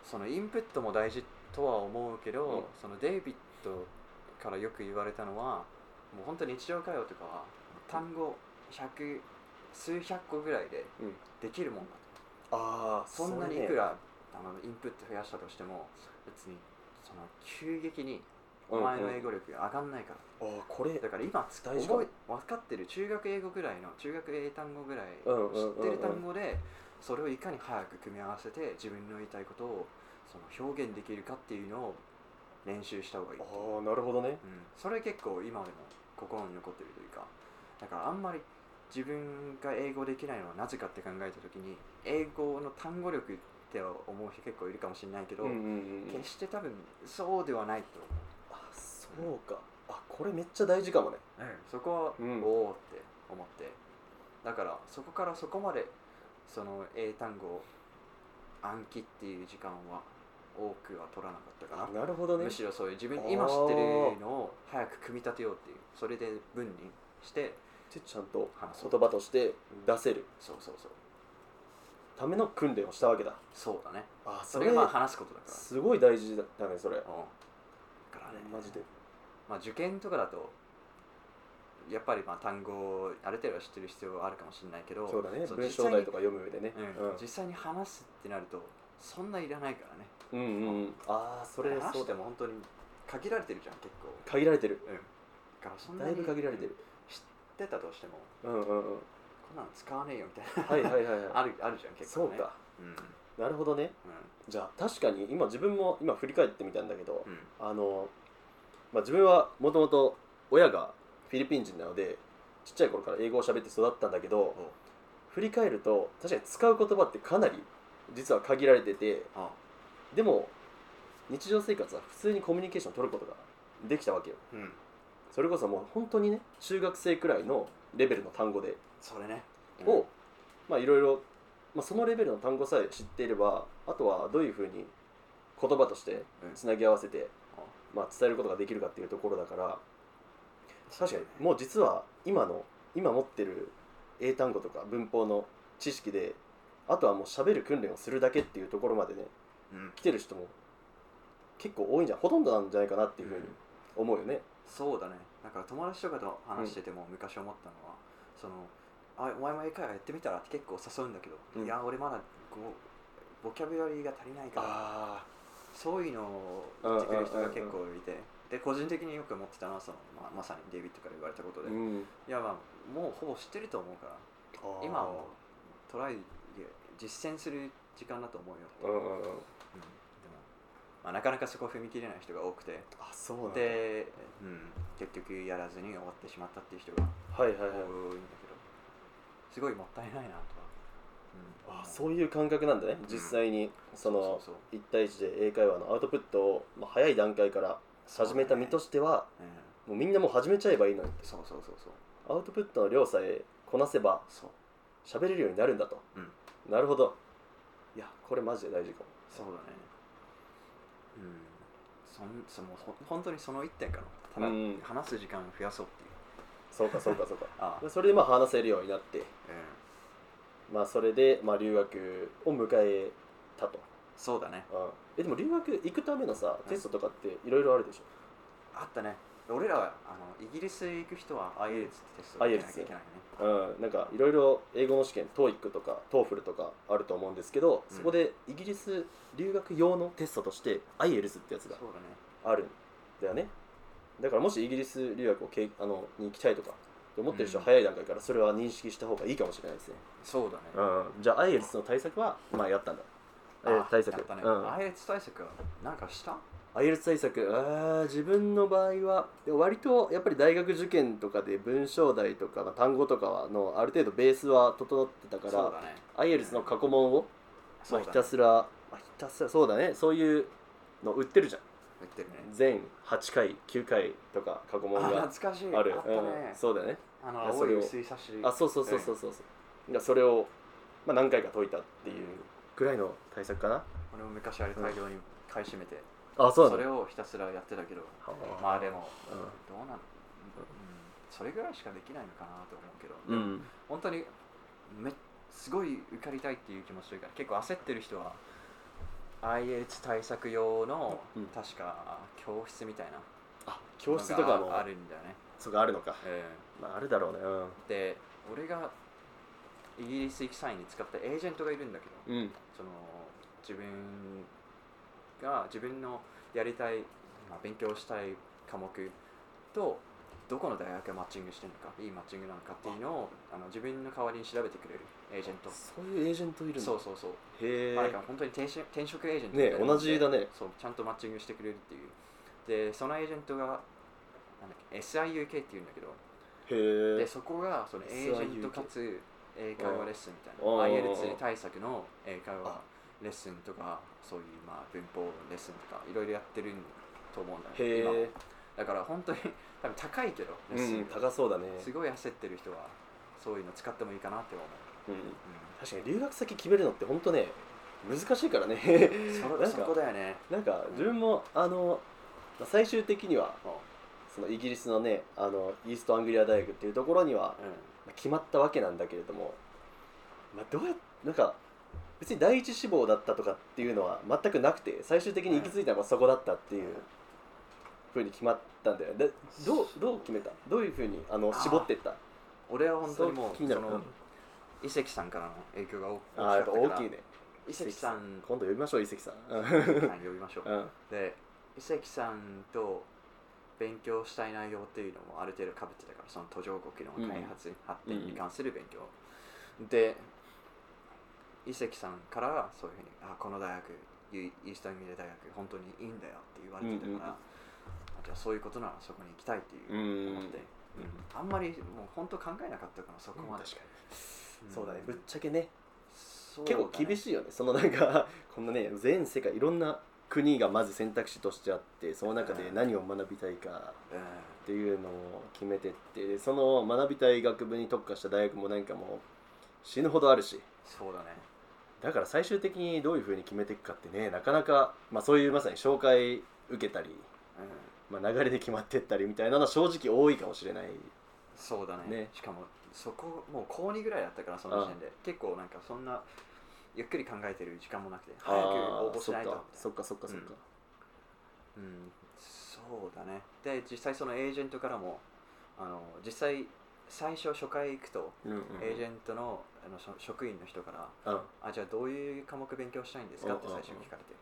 B: そのインプットも大事とは思うけど、
A: うん
B: そのデイビッドからよく言われたのは、もう本当に日常会話とかは、単語100、数百個ぐらいで
A: うん
B: できるもんだと。
A: ああ
B: そんなにいくら、あのインプット増やしたとしても、別にその急激にお前の英語力が上がんないから。
A: ああこれ
B: だから今
A: 大事かも
B: 覚え分かってる中学英語ぐらいの中学英単語ぐらい
A: うんうんうんうん
B: 知ってる単語でそれをいかに早く組み合わせて自分の言いたいことをその表現できるかっていうのを練習した方がいい
A: あ
B: と思
A: あ
B: う、
A: なるほどね
B: うん、それ結構今でも心に残ってるというかだからあんまり自分が英語できないのはなぜかって考えた時に英語の単語力って思う人結構いるかもしれないけど、
A: うんうんうん
B: 決して多分そうではないと思う
A: あそうかあこれめっちゃ大事かもね
B: そこは、
A: うん
B: おおって思ってだからそこからそこまでその英単語を暗記っていう時間は多くは取らなかったかな、
A: なるほどね
B: むしろそういう自分
A: あー
B: 今知ってるのを早く組み立てようっていうそれで文にして
A: でちゃんと
B: 話そう
A: 言葉として出せる
B: そうそうそう
A: ための訓練をしたわけだ
B: そうだね
A: あそ
B: そ
A: れ
B: れは
A: は
B: 話すことだか
A: すごい大事だねそれ
B: ら、うん、だからね
A: マジで
B: まあ、受験とかだとやっぱりまあ単語をある程度は知ってる必要はあるかもしれないけど
A: そうだね
B: そう
A: 文
B: 実
A: 章
B: 際に
A: 題とか読む上でね
B: うん実際に話すってなるとそんないらないからね
A: うんうんうんああそれ
B: 話
A: そ
B: し
A: う
B: て
A: だ
B: も本当に限られてるじゃん結構
A: 限られてる
B: うんだからそんな
A: だい
B: に
A: ぶ限られてる
B: 知ってたとしても
A: うんうんうん
B: こんなの使わねえよみたいな
A: はいはいはいはい
B: <laughs> あるあるじゃん結
A: そう
B: 構ね
A: か
B: うんうん
A: なるほどねじゃあ確かに今自分も今振り返ってみたんだけど、
B: うん
A: あの、まあ、自分はもともと親がフィリピン人なのでちっちゃい頃から英語を喋って育ったんだけど
B: お
A: 振り返ると確かに使う言葉ってかなり実は限られてて
B: あ
A: でも日常生活は普通にコミュニケーションを取ることができたわけよ
B: うん
A: それこそもう本当にね中学生くらいのレベルの単語で
B: それね
A: を、まあいろいろ、まあ、そのレベルの単語さえ知っていればあとはどういうふうに言葉としてつなぎ合わせて、まあ、伝えることができるかっていうところだから確かにもう実は今の今持ってる英単語とか文法の知識であとはもう喋る訓練をするだけっていうところまでね
B: うん
A: 来てる人も結構多いんじゃほとんどなんじゃないかなっていうふうに思うよね。
B: そうだねだから友達とかと話してても昔思ったのはその「あお前も英会話やってみたら?」って結構誘うんだけど
A: うん
B: いや俺まだこうボキャブラリーが足りないから
A: あ
B: そういうのを言ってくる人が結構いて、で個人的によく思ってたのはその、まあまさにデイビッドから言われたことで、
A: う
B: い
A: ん、
B: やまあもうほぼ知ってると思うから今をトライ実践する時間だと思うよ、
A: うんうんうん
B: うんでも、まあ、なかなかそこ踏み切れない人が多くて
A: あそうなんだ
B: で、うん、結局やらずに終わってしまったっていう人が
A: はいはいはい
B: 多いんだけど、すごいもったいないなとは、うん
A: あそういう感覚なんだね
B: うん
A: 実際にその
B: そう
A: 1対1で英会話のアウトプットをまあ早い段階から
B: そう
A: 始めた身と
B: そう
A: しては
B: だねうん
A: もうみんなもう始めちゃえばいいのに
B: そうそうそうそう
A: アウトプットの量さえこなせば
B: そう
A: 喋れるようになるんだと、なるほどいやこれマジで大事かも
B: そうだねうんそんそのほ本当にその一点かなただ、
A: うん
B: 話す時間を増やそうっていう
A: そうかそうかそうか <laughs>
B: あ
A: それでまあ話せるようになって
B: うん
A: まあそれでまあ留学を迎えたと、
B: そうだね
A: うんえでも留学行くためのさ
B: い
A: テストとかっていろいろあるでしょ
B: あったね俺らはあのイギリス行く人は IELTS ってテストを
A: IELTS
B: 受けなきゃいけないね
A: うん、なんかいろいろ英語の試験 TOEIC とか TOEFL とかあると思うんですけど、
B: うん
A: そこでイギリス留学用のテストとして IELTS ってやつ
B: そう
A: が
B: だね
A: あるんだよねだからもしイギリス留学をけいあのに行きたいとかって思ってる人は
B: うん
A: 早い段階からそれは認識した方がいいかもしれないですね、
B: そうだね
A: うん、じゃあ IELTS の対策はまあやったんだ
B: あ
A: IELTS 対策
B: やったね、
A: うん
B: IELTS 対策はなんかした
A: IELTS 対策あー自分の場合はでも割とやっぱり大学受験とかで文章題とか、まあ、単語とかはのある程度ベースは整ってたから
B: そうだね
A: IELTS の過去問を、
B: そ
A: ま
B: う
A: あ、
B: だ
A: ひ
B: ね
A: たすら、まあ、ひたすらそうだねそういうの売ってるじゃん
B: 言ってるね
A: 全8回9回とか過去問
B: あ
A: が
B: 懐かしい
A: ある
B: あった
A: う
B: ね
A: ん、、そうだよね
B: あの
A: いや
B: 青
A: それ
B: い
A: を
B: 薄い差し
A: あそうそうそうそうそうそう、いやそれを、まあ、何回か解いたっていうぐらいの対策かな
B: 俺も昔あれ大量に買い占めて、
A: あそう
B: そ
A: なん
B: れ
A: だ
B: をひたすらやってたけど
A: はあ
B: まあでも、
A: うん
B: どうなの、うん、それぐらいしかできないのかなと思うけど、
A: うん
B: 本当にめすごい受かりたいっていう気持ちというか結構焦ってる人は IH 対策用の、
A: うん
B: 確か教室みたいな
A: あ教室とか
B: の
A: も
B: があ
A: あ
B: あ
A: る
B: るんだよね、
A: そうかあるのか、
B: え
A: まあ、あるだろうね
B: えで俺がイギリス行く際に使ったエージェントがいるんだけど
A: うんうん
B: その自分が自分のやりたい、まあ、勉強したい科目とどこの大学がマッチングしてるのかいいマッチングなのかっていうのをあの自分の代わりに調べてくれるエージェント
A: そういうエージェントいるんだ
B: そうそうそう、
A: へ
B: まあだ
A: え
B: から本当に転職転職エージェント
A: ねえ
B: みたいなもんで
A: 同じだね
B: そうちゃんとマッチングしてくれるっていうでそのエージェントがなんだっけ SIUK っていうんだけど
A: へ
B: で
A: え
B: そこがそのエージェント
A: SIUK
B: かつ英会話レッスンみた
A: うん
B: いな
A: うん
B: IELTS 対策の英会話レッスンとかそういうまあ文法レッスンとかいろいろやってると思うんだよ
A: へ
B: 今
A: え、
B: だから本当に多分高いけどレ
A: う
B: ッスン
A: ん、
B: が
A: 高そうだね、
B: すごい焦ってる人はそういうの使ってもいいかなって思
A: う
B: う、
A: ん、
B: う
A: 確かに留学先決めるのって本当ね難しいからね <laughs>
B: ん
A: なん
B: そそこ
A: か
B: だよね
A: なんか自分もあのまあ最終的にはそのイギリスのねあのイーストアングリア大学っていうところには
B: うん
A: まあ決まったわけなんだけれども、まあ、どうやなんか別に第一志望だったとかっていうのは全くなくて最終的に行き着いたのがそこだったっていうふうに決まったんだよねでどうどう決めたどういうふうにあの
B: あー
A: 絞ってった
B: 俺は本当にもう
A: そう気
B: そ
A: になる
B: の伊関さんからの影響が大き
A: あーやっぱ大
B: か
A: きい
B: ら
A: ね
B: 伊関さん
A: 今度呼びましょう伊関さんう
B: 伊関
A: ん
B: さん呼びましょう
A: うん
B: で伊関さんと勉強したい内容っていうのもある程度かぶってたからその途上国の開発、発展に関する勉強、で伊関さんからそういうふうに「あこの大学イイースタンミレ大学本当にいいんだよ」って言われてたから、
A: うんうんうん
B: あじゃあそういうことならそこに行きたいっていう
A: うん
B: 思って、うんあんまりもう本当考えなかったからそこまで、ん
A: そうだねぶっちゃけね
B: そうだ
A: 結
B: ね
A: 構厳しいよねそのなんか <laughs> こんなね全世界いろんな国がまず選択肢としてあってその中で何を学びたいか
B: うん
A: っていうのを決めてってでその学びたい学部に特化した大学もなんかもう死ぬほどあるし
B: そうだね
A: だから最終的にどういうふうに決めていくかってねなかなか、まあ、そういうまさに紹介受けたり、
B: うん
A: まあ、流れで決まってったりみたいなのは正直多いかもしれない
B: そうだね
A: ね
B: しかもそこもう高2ぐらいだったからその時点で結構なんかそんなゆっくり考えてる時間もなくて早く応募しないとみ
A: あー
B: たい
A: そ
B: な
A: っかそっかそっかそっか、
B: うんそうだねで実際そのエージェントからもあの実際最初初回行くと、
A: うんうん
B: エージェントのあのしょ職員の人から
A: うん
B: 「あじゃあどういう科目勉強したいんですか?」って最初に聞かれて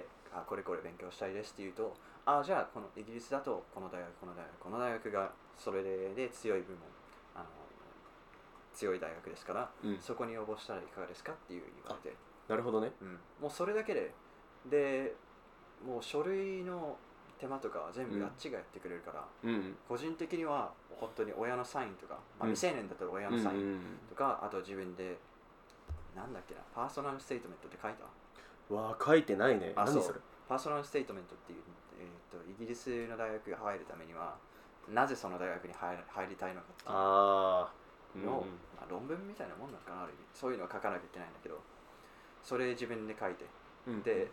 B: であ「これこれ勉強したいです」って言うと「あじゃあこのイギリスだとこの大学この大学この大学がそれで強い部門あの強い大学ですから
A: うん
B: そこに応募したらいかがですか?」っていうふうに言われて、
A: なるほどね
B: うんもうそれだけででもう書類の手間とかは全
A: う
B: 部
A: ん
B: あっちがやってくれるから、
A: うん
B: 個人的には本当に親のサインとか、まあ、
A: うん
B: 未成年だったら親
A: うんう
B: の
A: ん
B: サイン、
A: うん
B: とかあと自分でなんだっけなパーソナルステートメントって書いた
A: わあ書いてないね
B: あ
A: 何
B: そう
A: それ
B: パーソナルステートメントっていう、えー、とイギリスの大学に入るためにはなぜその大学に入入りたいのかっていう
A: ああ
B: の、まあ、論文みたいなもんなんかなある意味そういうのは書かなきゃいけないんだけどそれ自分で書いて
C: うん
B: で、えっ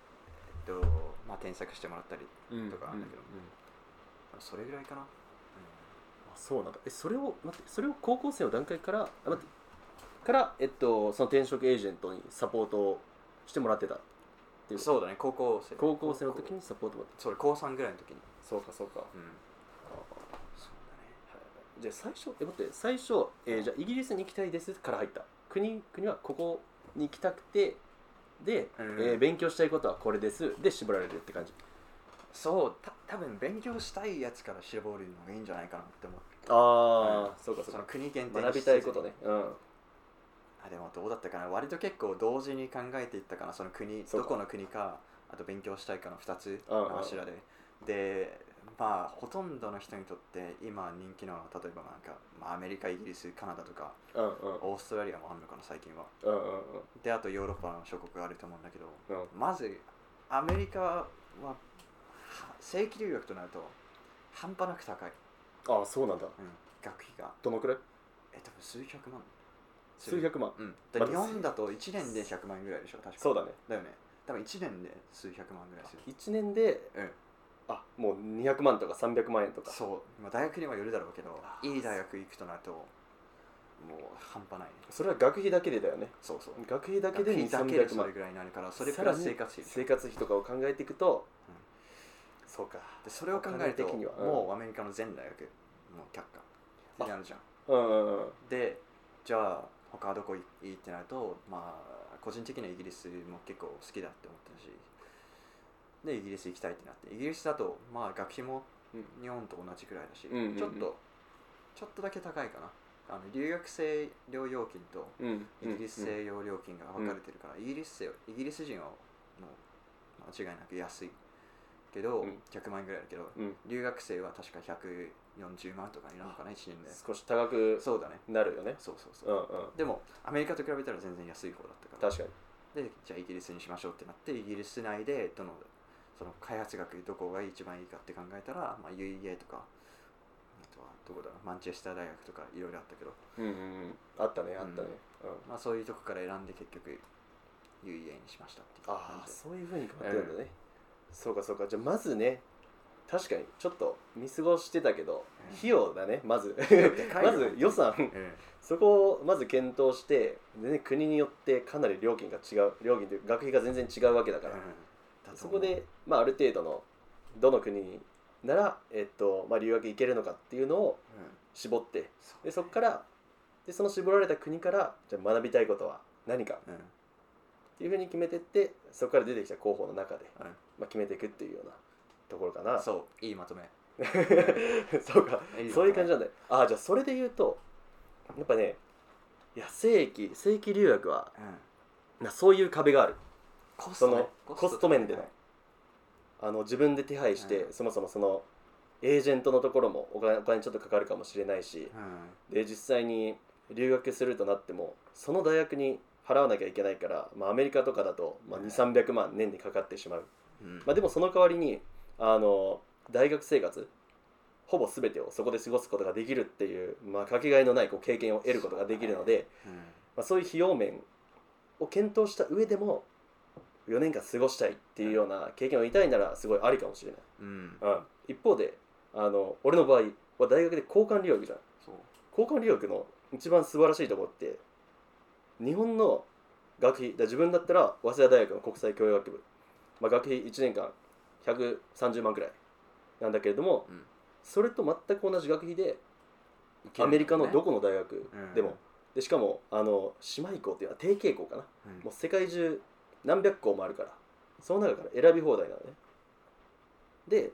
B: とまあ、添削してもらったり
C: うん
B: とかなんだけど
C: うんうん
B: それぐらいかな、うん
A: あそうなんだえそれを待ってそれを高校生の段階からあ待ってからえっとその転職エージェントにサポートをしてもらってたっていう
B: そうだね高校生
A: 高校生の時にサポートもらって
B: それ高3ぐらいの時に
A: そうかそうか
B: うん
A: あ
B: そうだね
A: ーじゃあ最初え待って最初、えーじゃあイギリスに行きたいですから入った国国はここに行きたくてで、
B: うん
A: えー勉強したいことはこれですで絞られるって感じ
B: そうた多分勉強したいやつから絞るのがいいんじゃないかなって思う
A: ああ、そうかそう
B: その
A: か
B: 国限定に
A: 学びたいことねうん
B: あでもどうだったかな割と結構同時に考えていったかなその国
A: そう
B: ど
A: か
B: この国かあと勉強したいかの2つ
A: うんうん
B: の柱ででまあほとんどの人にとって今人気なのは例えばなんか、まあ、アメリカイギリスカナダとか
A: うんうん
B: オーストラリアもあるのかな最近は
A: うんうん
B: であとヨーロッパの諸国があると思うんだけど
A: うんうん
B: まずアメリカはは正規留学となると半端なく高い、
A: ああそうなんだ
B: うん、学費が
A: どのくらい
B: え多分数百万
A: 数百万
B: うんで
A: まあ
B: 日本だと1年で100万円ぐらいでしょ確か
A: そうだね
B: だよね多分1年で数百万ぐらいする
A: 1年で
B: うん
A: あもう200万とか300万円とか
B: そう、まあ、大学にはよるだろうけど
A: あー
B: いい大学行くとなるともう半端ないね
A: それは学費だけでだよね
B: そうそう
A: 学費だけで
B: 学費だけで
A: 2300
B: それ
A: 万
B: ぐらいになるからそれ
A: さ
B: からら
A: に
B: 生活費
A: 生活費とかを考えていくと、
B: うん
A: そうか
B: でそれを考えると
A: お金的にはうん
B: もうアメリカの全大学もう却下ってなるじゃん
A: うんうんうん
B: でじゃあ他はどこいいってなるとまあ個人的にはイギリスも結構好きだって思ってるしでイギリス行きたいってなってイギリスだとまあ学費も
A: うん
B: 日本と同じくらいだし、
A: うんうんうん
B: ちょっとちょっとだけ高いかなあの留学生料料金と
A: うん
B: イギリス生用料金が分かれてるから、イギリス生イギリス人はもう間違いなく安いけど、
A: うん
B: 100万円ぐらいだけど
A: うん、うん
B: 留学生は確か140万とかになるのかな1年で
A: 少し高く
B: そうだね
A: なるよね
B: そうそうそう
A: う、んうん
B: でもアメリカと比べたら全然安い方だったから
A: 確かに
B: でじゃあイギリスにしましょうってなってイギリス内でどのその開発学どこが一番いいかって考えたら、まあ、UEA とかあとはどこだろうマンチェスター大学とかいろいろあったけど、
A: うんうんうんあったねあったね、うん
B: まあ、そういうとこから選んで結局 UEA にしましたっていう
A: ああ
B: 感じで
A: そういうふうに変わってるんだね、そうかそうかじゃあまずね確かにちょっと見過ごしてたけど、
B: うん
A: 費用だねま
B: <laughs>
A: ず
B: でかいよ
A: まず予算
B: うん
A: そこをまず検討して全然国によってかなり料金が違う料金というか学費が全然違うわけだから、
B: うん、
A: そこで、まあ、ある程度のどの国になら、えっとまあ、留学行けるのかっていうのを絞ってでそこかららでその絞られた国からじゃあ学びたいことは何か
B: うん
A: っていうふうに決めてってそこから出てきた候補の中で、
B: うん
A: まあ、決めていくっていうようなところかな
B: そういいまとめ
A: <laughs> そうか
B: いいのかな
A: そういう感じなんだよああじゃあそれで言うとやっぱねいや正規正規留学は
B: うん
A: なそういう壁がある
B: コス
A: そ
B: トね、
A: のコスト面でのあの自分で手配して、
B: う
A: そもそもそのエージェントのところもお金お金ちょっとかかるかもしれないし
B: うん
A: で実際に留学するとなってもその大学に払わなきゃいけないから、まあ、アメリカとかだと、まあ、
B: うん
A: 2300万年にかかってしまう、
B: うん
A: まあ、でもその代わりにあの大学生活ほぼ全てをそこで過ごすことができるっていう、まあ、かけがえのないこう経験を得ることができるので、
B: うん
A: まあ、そういう費用面を検討した上でも4年間過ごしたいっていうような経験を得たいならすごいありかもしれない、
B: うん、
A: 一方であの俺の場合は大学で交換留学じゃん
B: そう
A: 交換留学の一番素晴らしいところって日本の学費だから自分だったら早稲田大学の国際教養学部、まあ、学費1年間130万くらいなんだけれども、
B: うん
A: それと全く同じ学費で
B: いけ
A: ア
B: るんだよね
A: メリカのどこの大学でも、
B: うん
A: でしかもあの姉妹校っていうのは提携校かな
B: うん
A: もう世界中何百校もあるからその中から選び放題なのねで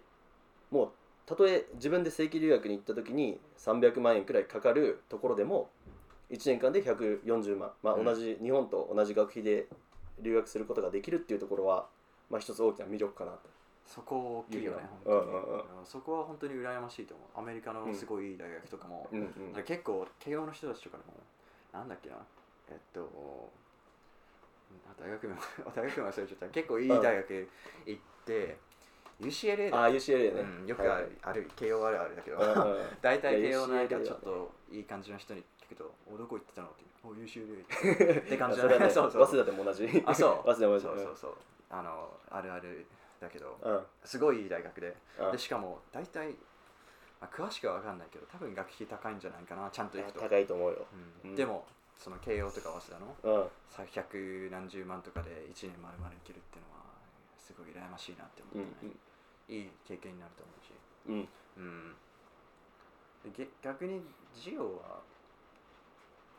A: もうたとえ自分で正規留学に行った時に300万円くらいかかるところでも1年間で140万、まあ、
B: うん
A: 同じ、日本と同じ学費で留学することができるっていうところは、まあ、一つ大きな魅力かなと
B: そこ大きいよね
A: いいよね、
B: 本当に
A: うんうん
B: そこは本当に羨ましいと思う。アメリカ
A: う
B: の
A: ん
B: すごいいい大学とかも、
A: うんうん
B: なんか結構、慶応の人たちとかでも、なんだっけな、えっと、あ大学名 <laughs> 大学名忘れちゃった。結構いい大学行って、UCLA
A: あ
B: だ、
A: あ UCLA ね、
B: うん、よくある、ある慶応あるあるだけど、
A: はいはいうんうん
B: 大体
A: いや
B: 慶応のなんか
A: UCLA
B: ちょっといい感じの人に聞くと「おどこ行ってたの?」って「お優秀で」
A: <laughs> って
B: 感じだ
A: そ
B: ね
A: れはね
B: <laughs> そうそう
A: 早稲田でも同じ <laughs>
B: あそう
A: 早稲田も同じ
B: そうそうそうあのあるあるだけど
A: うんうん
B: すごいいい大学で
A: うん
B: でしかも大体、まあ、詳しくは分かんないけど多分学費高いんじゃないかなちゃんと行くと、
A: 高いと思うよ
B: う
A: うん
B: ん、でもその慶応とか早稲田
A: う
B: の
A: ん
B: さ100何十万とかで1年まるまるいけるっていうのはすごい羨ましいなって
A: う
B: 思って、ね
A: ん
B: いい経験になると思うし、
A: うん
B: うん、でげ逆に授業は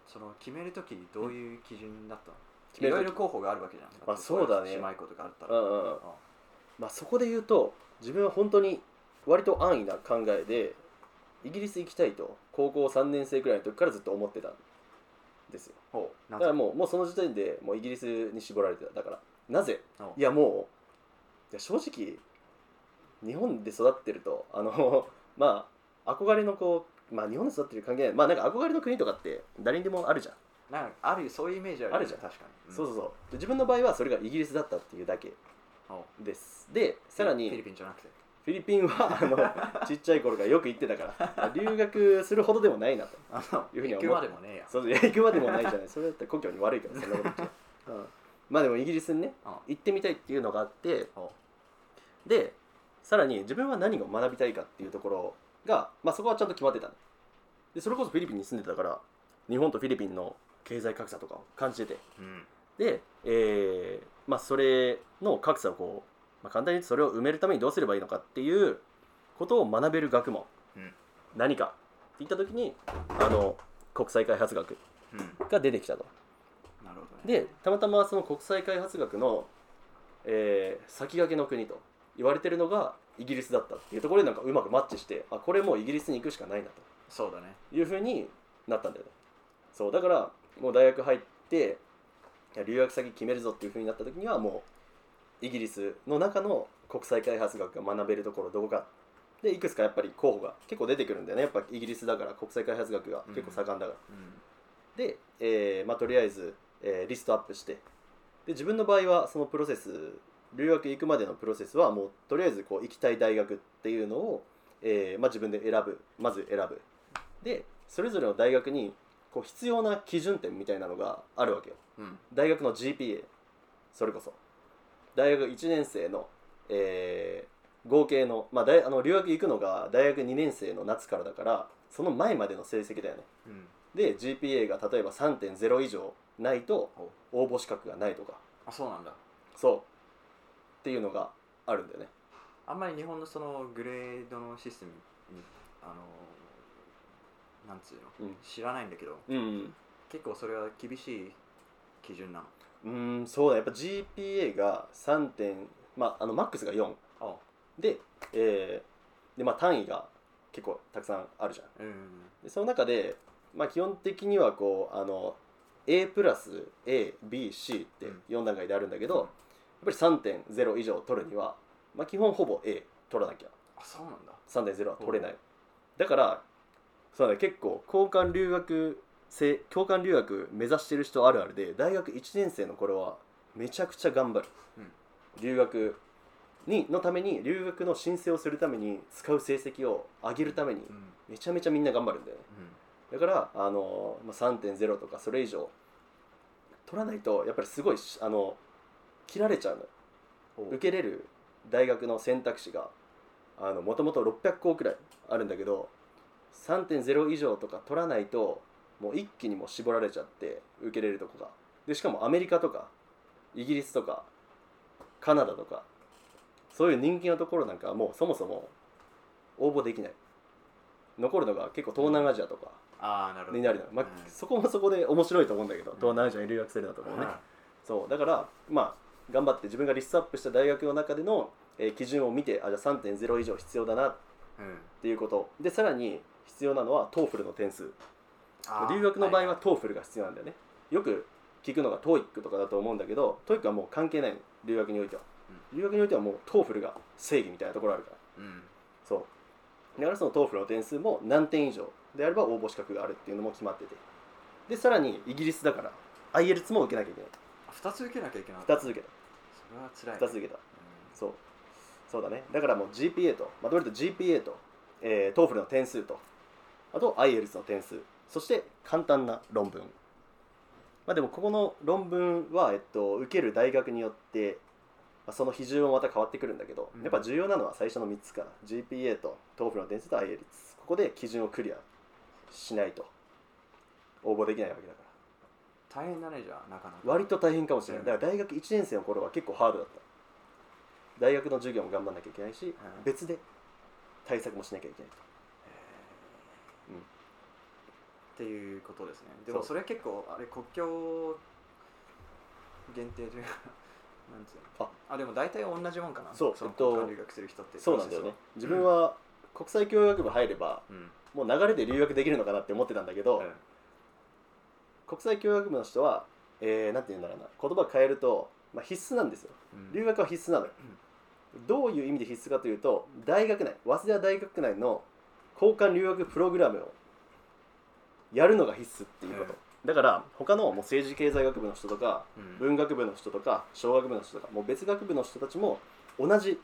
B: その決めるときどういう基準だったの、
A: 決め
B: い
A: る
B: ろ
A: 時
B: いろ候補があるわけじゃん
A: あそうだね
B: 姉妹校とかあった
A: う
B: ら、
A: んうんうん
B: あ
A: まあそこで言うと自分は本当に割と安易な考えでイギリス行きたいと高校3年生くらいの時からずっと思ってたんですよ
B: ほう
A: だか
B: なんから
A: もうもうその時点でもうイギリスに絞られてただからなぜ
B: ほう
A: いやもういや正直日本で育ってるとあの <laughs> まあ憧れのこうまあ日本で育ってる関係ないまあなんか憧れの国とかって誰にでもあるじゃん、
B: なんかあるそういうイメージあるよ
A: あるじゃん
B: 確かに、
A: そうそううそうで自分の場合はそれがイギリスだったっていうだけ
B: んほ
A: ですで
B: う
A: さらに
B: フィリピンじゃなくて
A: フィリピンはあのちっちゃい頃からよく行ってたから留学するほどでもないなと
B: あの
A: いうふうには
B: 行く
A: 思
B: ま
A: っ
B: で
A: て
B: もねえや
A: そういや行くまでもないじゃないそれだったら故郷に悪いからそんなこと言っちゃう、うん、まあでもイギリスにね
B: あ
A: 行ってみたいっていうのがあって
B: ほ
A: でさらに自分は何を学びたいかっていうところが、まあ、そこはちゃんと決まってたのでそれこそフィリピンに住んでたから日本とフィリピンの経済格差とかを感じてて
B: ううん
A: で、えーまあ、それの格差をこう、まあ、簡単に言うとそれを埋めるためにどうすればいいのかっていうことを学べる学問、
B: うん
A: 何かっていった時にあの国際開発学
B: うん
A: が出てきたと
B: なるほどね
A: でたまたまその国際開発学の、えー先駆けの国と言われてるのがイギリスだったっていうところでなんかうまくマッチしてあこれもうイギリスに行くしかないなと
B: そうだね
A: いうふうになったんだよねそうだからもう大学入っていや留学先決めるぞっていうふうになった時にはもうイギリスの中の国際開発学が学べるところどこかでいくつかやっぱり候補が結構出てくるんだよねやっぱイギリスだから国際開発学が結構盛んだから、
B: うん
A: で、えーまあ、とりあえず、えーリストアップしてで自分の場合はそのプロセス留学行くまでのプロセスはもうとりあえずこう行きたい大学っていうのを、えーまあ、自分で選ぶまず選ぶでそれぞれの大学にこう必要な基準点みたいなのがあるわけよ
B: うん
A: 大学の GPA それこそ大学1年生の、えー合計の,、まあ、大あの留学行くのが大学2年生の夏からだからその前までの成績だよね
B: うん
A: で GPA が例えば3.0以上ないと
B: ほう
A: 応募資格がないとか
B: あそうなんだ
A: そうっていうのがあるんだよね
B: あんまり日本のそのグレードのシステムにあのなんつうの
A: うん
B: 知らないんだけど
A: うん
B: 結構それは厳しい基準なの
A: うんそうだやっぱ GPA が3点まああのマックスが4
B: あ
A: で,、えーでまあ、単位が結構たくさんあるじゃん
B: うん
A: でその中で、まあ、基本的にはこうあの A プラス ABC って
B: うん
A: 4段階であるんだけど、やっぱり3.0以上取るには、まあ、基本ほぼ A 取らなきゃ
B: あそうなんだ
A: 3.0は取れない、だからそうだ、ね、結構交換留学生交換留学目指してる人あるあるで大学1年生の頃はめちゃくちゃ頑張る、
B: うん
A: 留学にのために留学の申請をするために使う成績を上げるために
B: うん
A: めちゃめちゃみんな頑張るんだよねだからあのまあ3.0とかそれ以上取らないとやっぱりすごいしあの切られちゃうの
B: うん
A: 受けれる大学の選択肢がもともと600校くらいあるんだけど3.0以上とか取らないともう一気にもう絞られちゃって受けれるとこがでしかもアメリカとかイギリスとかカナダとかそういう人気のところなんかはもうそもそも応募できない残るのが結構東南アジアとか
B: ああなるほど
A: になるの、まあ
B: うん
A: そこもそこで面白いと思うんだけど
B: うん
A: 東南アジアに留学するだと思うね、
B: うん
A: そうだからまあ頑張って自分がリストアップした大学の中での、えー基準を見てあじゃあ3.0以上必要だなっ
B: うん
A: ていうことでさらに必要なのは TOEFL の点数
B: あー
A: 留学の場合
B: い
A: は TOEFL が必要なんだよね、よく聞くのが TOEIC とかだと思うんだけど TOEIC はもう関係ないの留学においては、留学においてはもう TOEFL が正義みたいなところあるから
B: うん
A: そうだからその TOEFL の点数も何点以上であれば応募資格があるっていうのも決まっててでさらにイギリスだから IELTS も受けなきゃいけない
B: 2つ受けなきゃいけない
A: 2つ受け
B: それは辛い
A: た2つ受けたそうそうだねだからもう GPA とまとめると GPA と、えー、TOEFL の点数とあと IELTS の点数そして簡単な論文、まあ、でもここの論文は、えっと、受ける大学によって、まあ、その比重もまた変わってくるんだけど、
B: うん
A: やっぱ重要なのは最初の3つかな GPA と TOEFL の点数と IA 率ここで基準をクリアしないと応募できないわけだから
B: 大変だねじゃあなかなか
A: 割と大変かもしれないだから大学1年生の頃は結構ハードだった大学の授業も頑張んなきゃいけないし、
B: ん
A: 別で対策もしなきゃいけない
B: っていうことですねでも
A: そう
B: それは結構あれ国境限定というか <laughs> なんつうのあでも大体同じもんかな
A: そう
B: の
A: えっと
B: 交換留学する人って
A: とそうなんだよね自分は国際教育部入れば
B: うん、うん
A: もう流れで留学できるのかなって思ってたんだけど、国際教育部の人は、えー、なんて言うんだろうな言葉変えると、まあ、必須なんですよ
B: うん
A: 留学は必須なのよ、どういう意味で必須かというと大学内早稲田大学内の交換留学プログラムをやるのが必須っていうこと、
B: うん
A: だから他のもう政治経済学部の人とか
B: うん
A: 文学部の人とか小学部の人とかもう別学部の人たちも同じ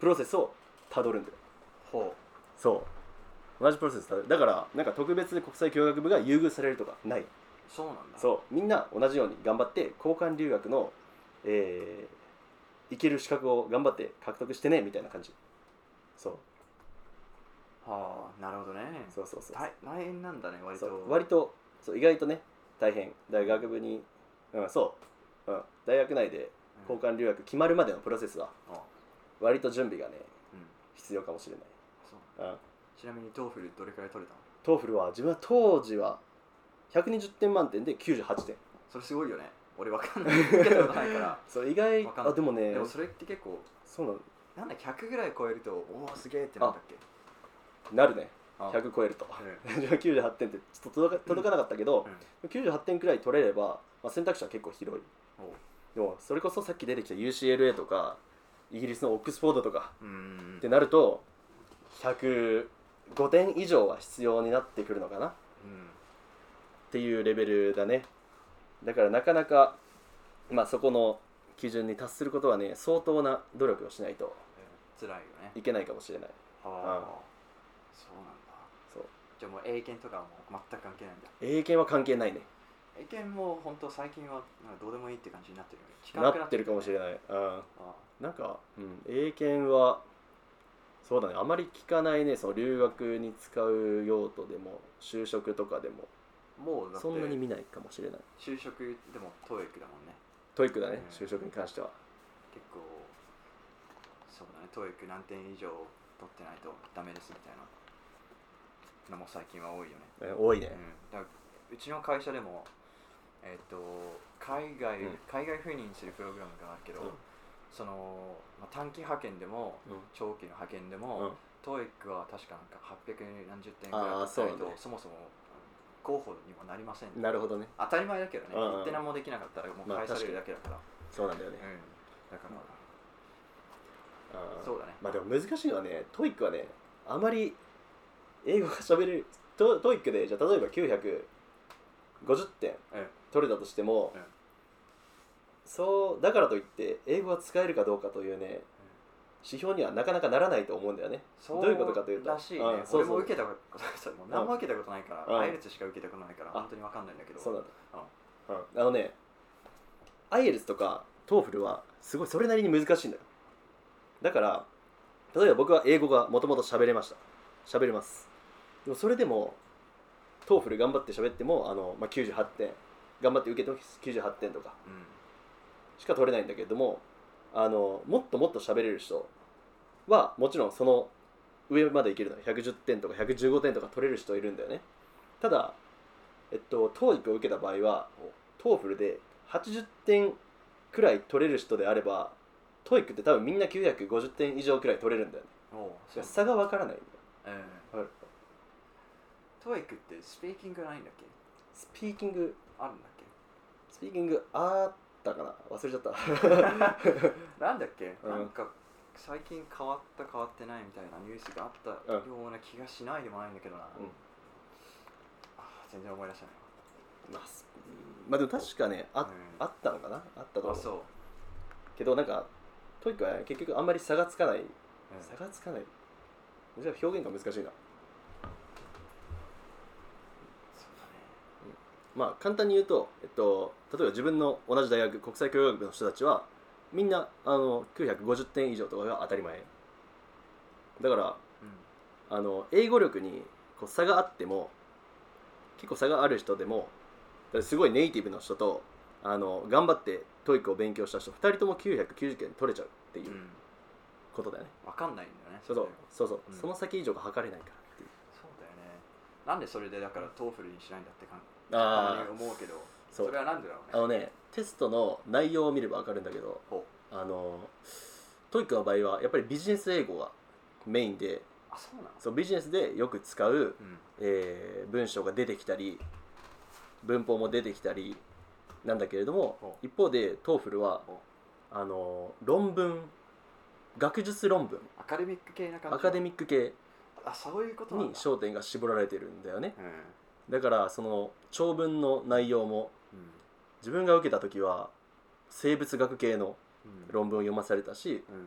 A: プロセスをたどるんだよ
B: ほ
A: そう同じプロセスたどるだからなんか特別で国際教育部が優遇されるとかないう
B: そうなんだ
A: そうみんな同じように頑張って交換留学の、えー、行ける資格を頑張って獲得してねみたいな感じそう
B: はあなるほどね
A: そうそうそう
B: 大大変なんだね割
A: そ
B: と
A: う割とそう意外とね大変大学部にうんそう、うん、大学内で
B: うん
A: 交換留学決まるまでのプロセスは
B: あ
A: 割と準備がね
B: うん
A: 必要かもしれない
B: そ
A: う
B: う
A: ん
B: ちなみにトーフルどれくらい取れたの
A: TOEFL は自分は当時は120点満点で98点
B: それすごいよね俺わか
A: <laughs>
B: んない受けたことないから
A: そう意外
B: わかんない
A: あでもね
B: でもそれって結構
A: そうなの
B: なんだ100ぐらい超えるとおおすげえってなんだっけ
A: なるね
B: あ
A: 100超えると
B: うん
A: <laughs> 98点ってちょっと届か届かなかったけど、98点くらい取れれば、まあ、選択肢は結構広い
B: お
A: でもそれこそさっき出てきた UCLA とかイギリスのオックスフォードとか
B: うん
A: ってなると105点以上は必要になってくるのかなっ
B: うん
A: ていうレベルだねだからなかなか、まあ、そこの基準に達することはね相当な努力をしないと
B: 辛いよね
A: いけないかもしれない
B: ああそうなんだ
A: そう
B: じゃあもう英検とかはもう全く関係ないんだ
A: 英検は関係ないね
B: 英検も本当最近はなんかどうでもいいって感じになってるよね
A: なってるかもしれ
B: い
A: ない、うん、
B: あ
A: なんか、うん、英検はそうだねあまり聞かないねその留学に使う用途でも就職とかでも
B: あもうだって
A: そんなに見ないかもしれない
B: 就職でも TOEIC だもんね
A: トイックだね
B: うん
A: 就職に関しては
B: 結構そうだね TOEIC 何点以上取ってないとダメですみたいなのも最近は多いよね
A: え多いね
B: うん、だからうちの会社でも、えっと海外
A: うん
B: 海外赴任するプログラムがあるけど、
A: うん
B: その、まあ、短期派遣でも
A: うん
B: 長期の派遣で
A: うん
B: も、TOEIC は確かなんか800何十点ぐ
A: あ
B: ら
A: ー
B: い取らない
A: そうなんだ
B: とそもそも候補にもなりません、
A: なるほどね
B: 当たり前だけどね、
A: うんうん
B: 言って何もできなかったらもう
A: まあ
B: 返されるだ
A: 確
B: けだから、
A: そうなんだよね、
B: うんだから、
A: うん
B: そうだね
A: まあでも難しいのはねトイックはねあまり英語が喋れるトトイックでじゃあ例えば950点
B: うん
A: 取れたとしても、
B: うん
A: そうだからといって英語は使えるかどうかというね、指標にはなかなかならないと思うんだよね
B: そ
A: どういうことかというと
B: らしいね、
A: うんそう
B: 俺も
A: そう
B: 受けたこと <laughs> そうもう何も受けたことないから、
A: うん
B: アイルツしか受けたことないから
A: あ
B: 本当にわかんないんだけど
A: そうなんだ、うんあのねアイエルスとかトーフルはすごいそれなりに難しいんだよだから例えば僕は英語がもともと喋れました喋れますでもそれでもトーフル頑張って喋ってもあの、まあ、98点頑張って受けても98点とか
B: うん
A: しか取れないんだけれどもあのもっともっと喋れる人はもちろんその上までいけるのよ110点とか115点とか取れる人いるんだよねただえっと TOEIC を受けた場合は TOEFL で80点くらい取れる人であれば TOEIC って多分みんな950点以上くらい取れるんだよね
B: お
A: だ
B: う
A: か
B: そう
A: ら差がわからないんだよ
B: えー、トイックってスピーキングないんだっけ
A: スピーキング
B: あるんだっ
A: スピーキングあったかな忘れちゃった <laughs>
B: けなんだっけ、
A: うん
B: なんか最近変わった変わってないみたいなニュースがあったような気がしないでもないんだけどな、
A: うん
B: あー全然思い出せない
A: まあ、スまあでも確かねあ,、
B: うん
A: あったのかなあったと思
B: わあ
A: う
B: そう、
A: けどなんかトイックは結局あんまり差がつかない
B: うん
A: 差がつかないじゃあ表現が難しいな
B: そう、
A: まあ簡単に言うと、えっと、例えば自分の同じ大学国際教養学部の人たちはみんなあの950点以上とかが当たり前だからあの英語力にこう差があっても結構差がある人でもだからすごいネイティブの人とあの頑張ってトイックを勉強した人2人とも990点取れちゃうっていううんことだよね、
B: 分かんないんだよね
A: そうそうそうそう、
B: うん
A: その先以上が測れないからっていう
B: そうだよねなんでそれでだからトーフルにしないんだってかんたま
A: あ
B: に
A: あ
B: 思うけど
A: そ
B: そうれはなんでだろ
A: あ
B: うね
A: のねテストの内容を見れば分かるんだけど
B: ほ
A: あのトイックの場合はやっぱりビジネス英語がメインで
B: うあそうなの
A: そうビジネスでよく使う、
B: うん
A: えー文章が出てきたり文法も出てきたりなんだけれども
B: ほ
A: 一方で TOEFL は
B: ほ
A: あの論文学術論文
B: アカデミック系な感じ
A: アカデミック系
B: あそういうことな
A: に
B: んだ
A: 焦点が絞られてるんだよね
B: うん
A: だからその長文の内容も
B: うん
A: 自分が受けた時は生物学系の
B: うん
A: 論文を読まされたし
B: うん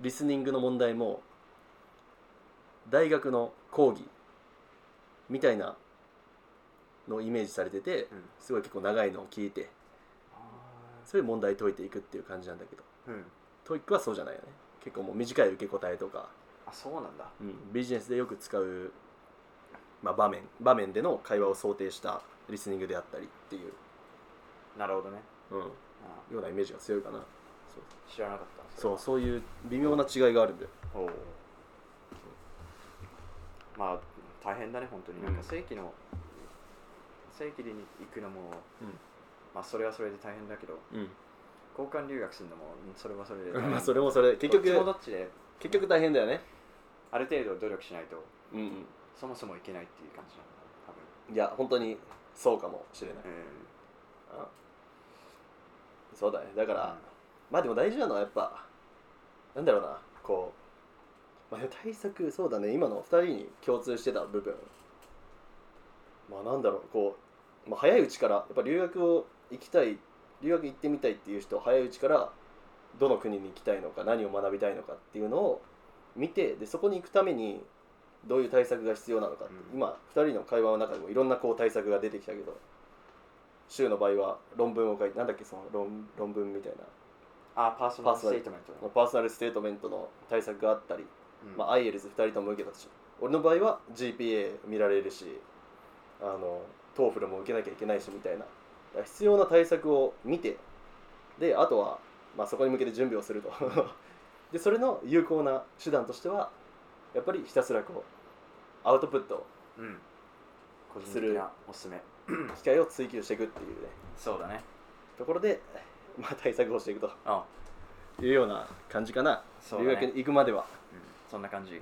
A: リスニングの問題も大学の講義みたいなのをイメージされてて
B: うん
A: すごい結構長いのを聞いて
B: あ
A: そういう問題解いていくっていう感じなんだけど
B: ーうん
A: トイックはそうじゃないよね結構もう短い受け答えとか、
B: あそうなんだ
A: うんビジネスでよく使う、まあ、場面場面での会話を想定したリスニングであったりっていう、
B: なるほどね
A: うん、よ
B: あ
A: うなイメージが強いかなそう
B: ー知らなかった
A: そううそういう微妙な違いがあるんだよ
B: おうまあ大変だね本当に、
A: うん
B: なんか正規の正規に行くのも、
A: うん
B: まあそれはそれで大変だけど
A: うん
B: 交換留学するのもうんそれはそれで
A: <laughs> まあそれもそれ結
B: どっちも
A: 局
B: どっちで
A: 結局大変だよね
B: ある程度努力しないと
A: うん、うん
B: そもそもいけないっていう感じなんだ多分
A: いや本当にそうかもしれない、
B: う
A: うんそうだねだから、
B: ん
A: まあでも大事なのはやっぱなんだろうなこう、まあ、でも対策そうだね今の2人に共通してた部分まあなんだろうこう、まあ、早いうちからやっぱ留学を行きたい留学行ってみたいっていう人早いうちからどの国に行きたいのか何を学びたいのかっていうのを見てでそこに行くためにどういう対策が必要なのかって、
B: うん
A: 今2人の会話の中でもいろんなこう対策が出てきたけど週の場合は論文を書いてなんだっけその論論文みたいな
B: あパーソナル
A: パー
B: ス
A: ソナ
B: テ
A: ル
B: ートメントね
A: パーソナルステートメントの対策があったり、
B: うん
A: まあ、IELTS2 人とも受けたし俺の場合は GPA 見られるしあの TOEFL も受けなきゃいけないしみたいなだから必要な対策を見てであとは、まあ、そこに向けて準備をすると <laughs> でそれの有効な手段としてはやっぱりひたすらこうアウトプット
B: うん個人
A: す
B: 的
A: る
B: なおすすめ
A: 機会を追求していくっていうね
B: そうだね
A: ところで、まあ、対策をしていくと
B: あ
A: いうような感じかな、
B: そう
A: 留
B: だ
A: 学
B: ね
A: に行くまでは。
B: うんそんな感じ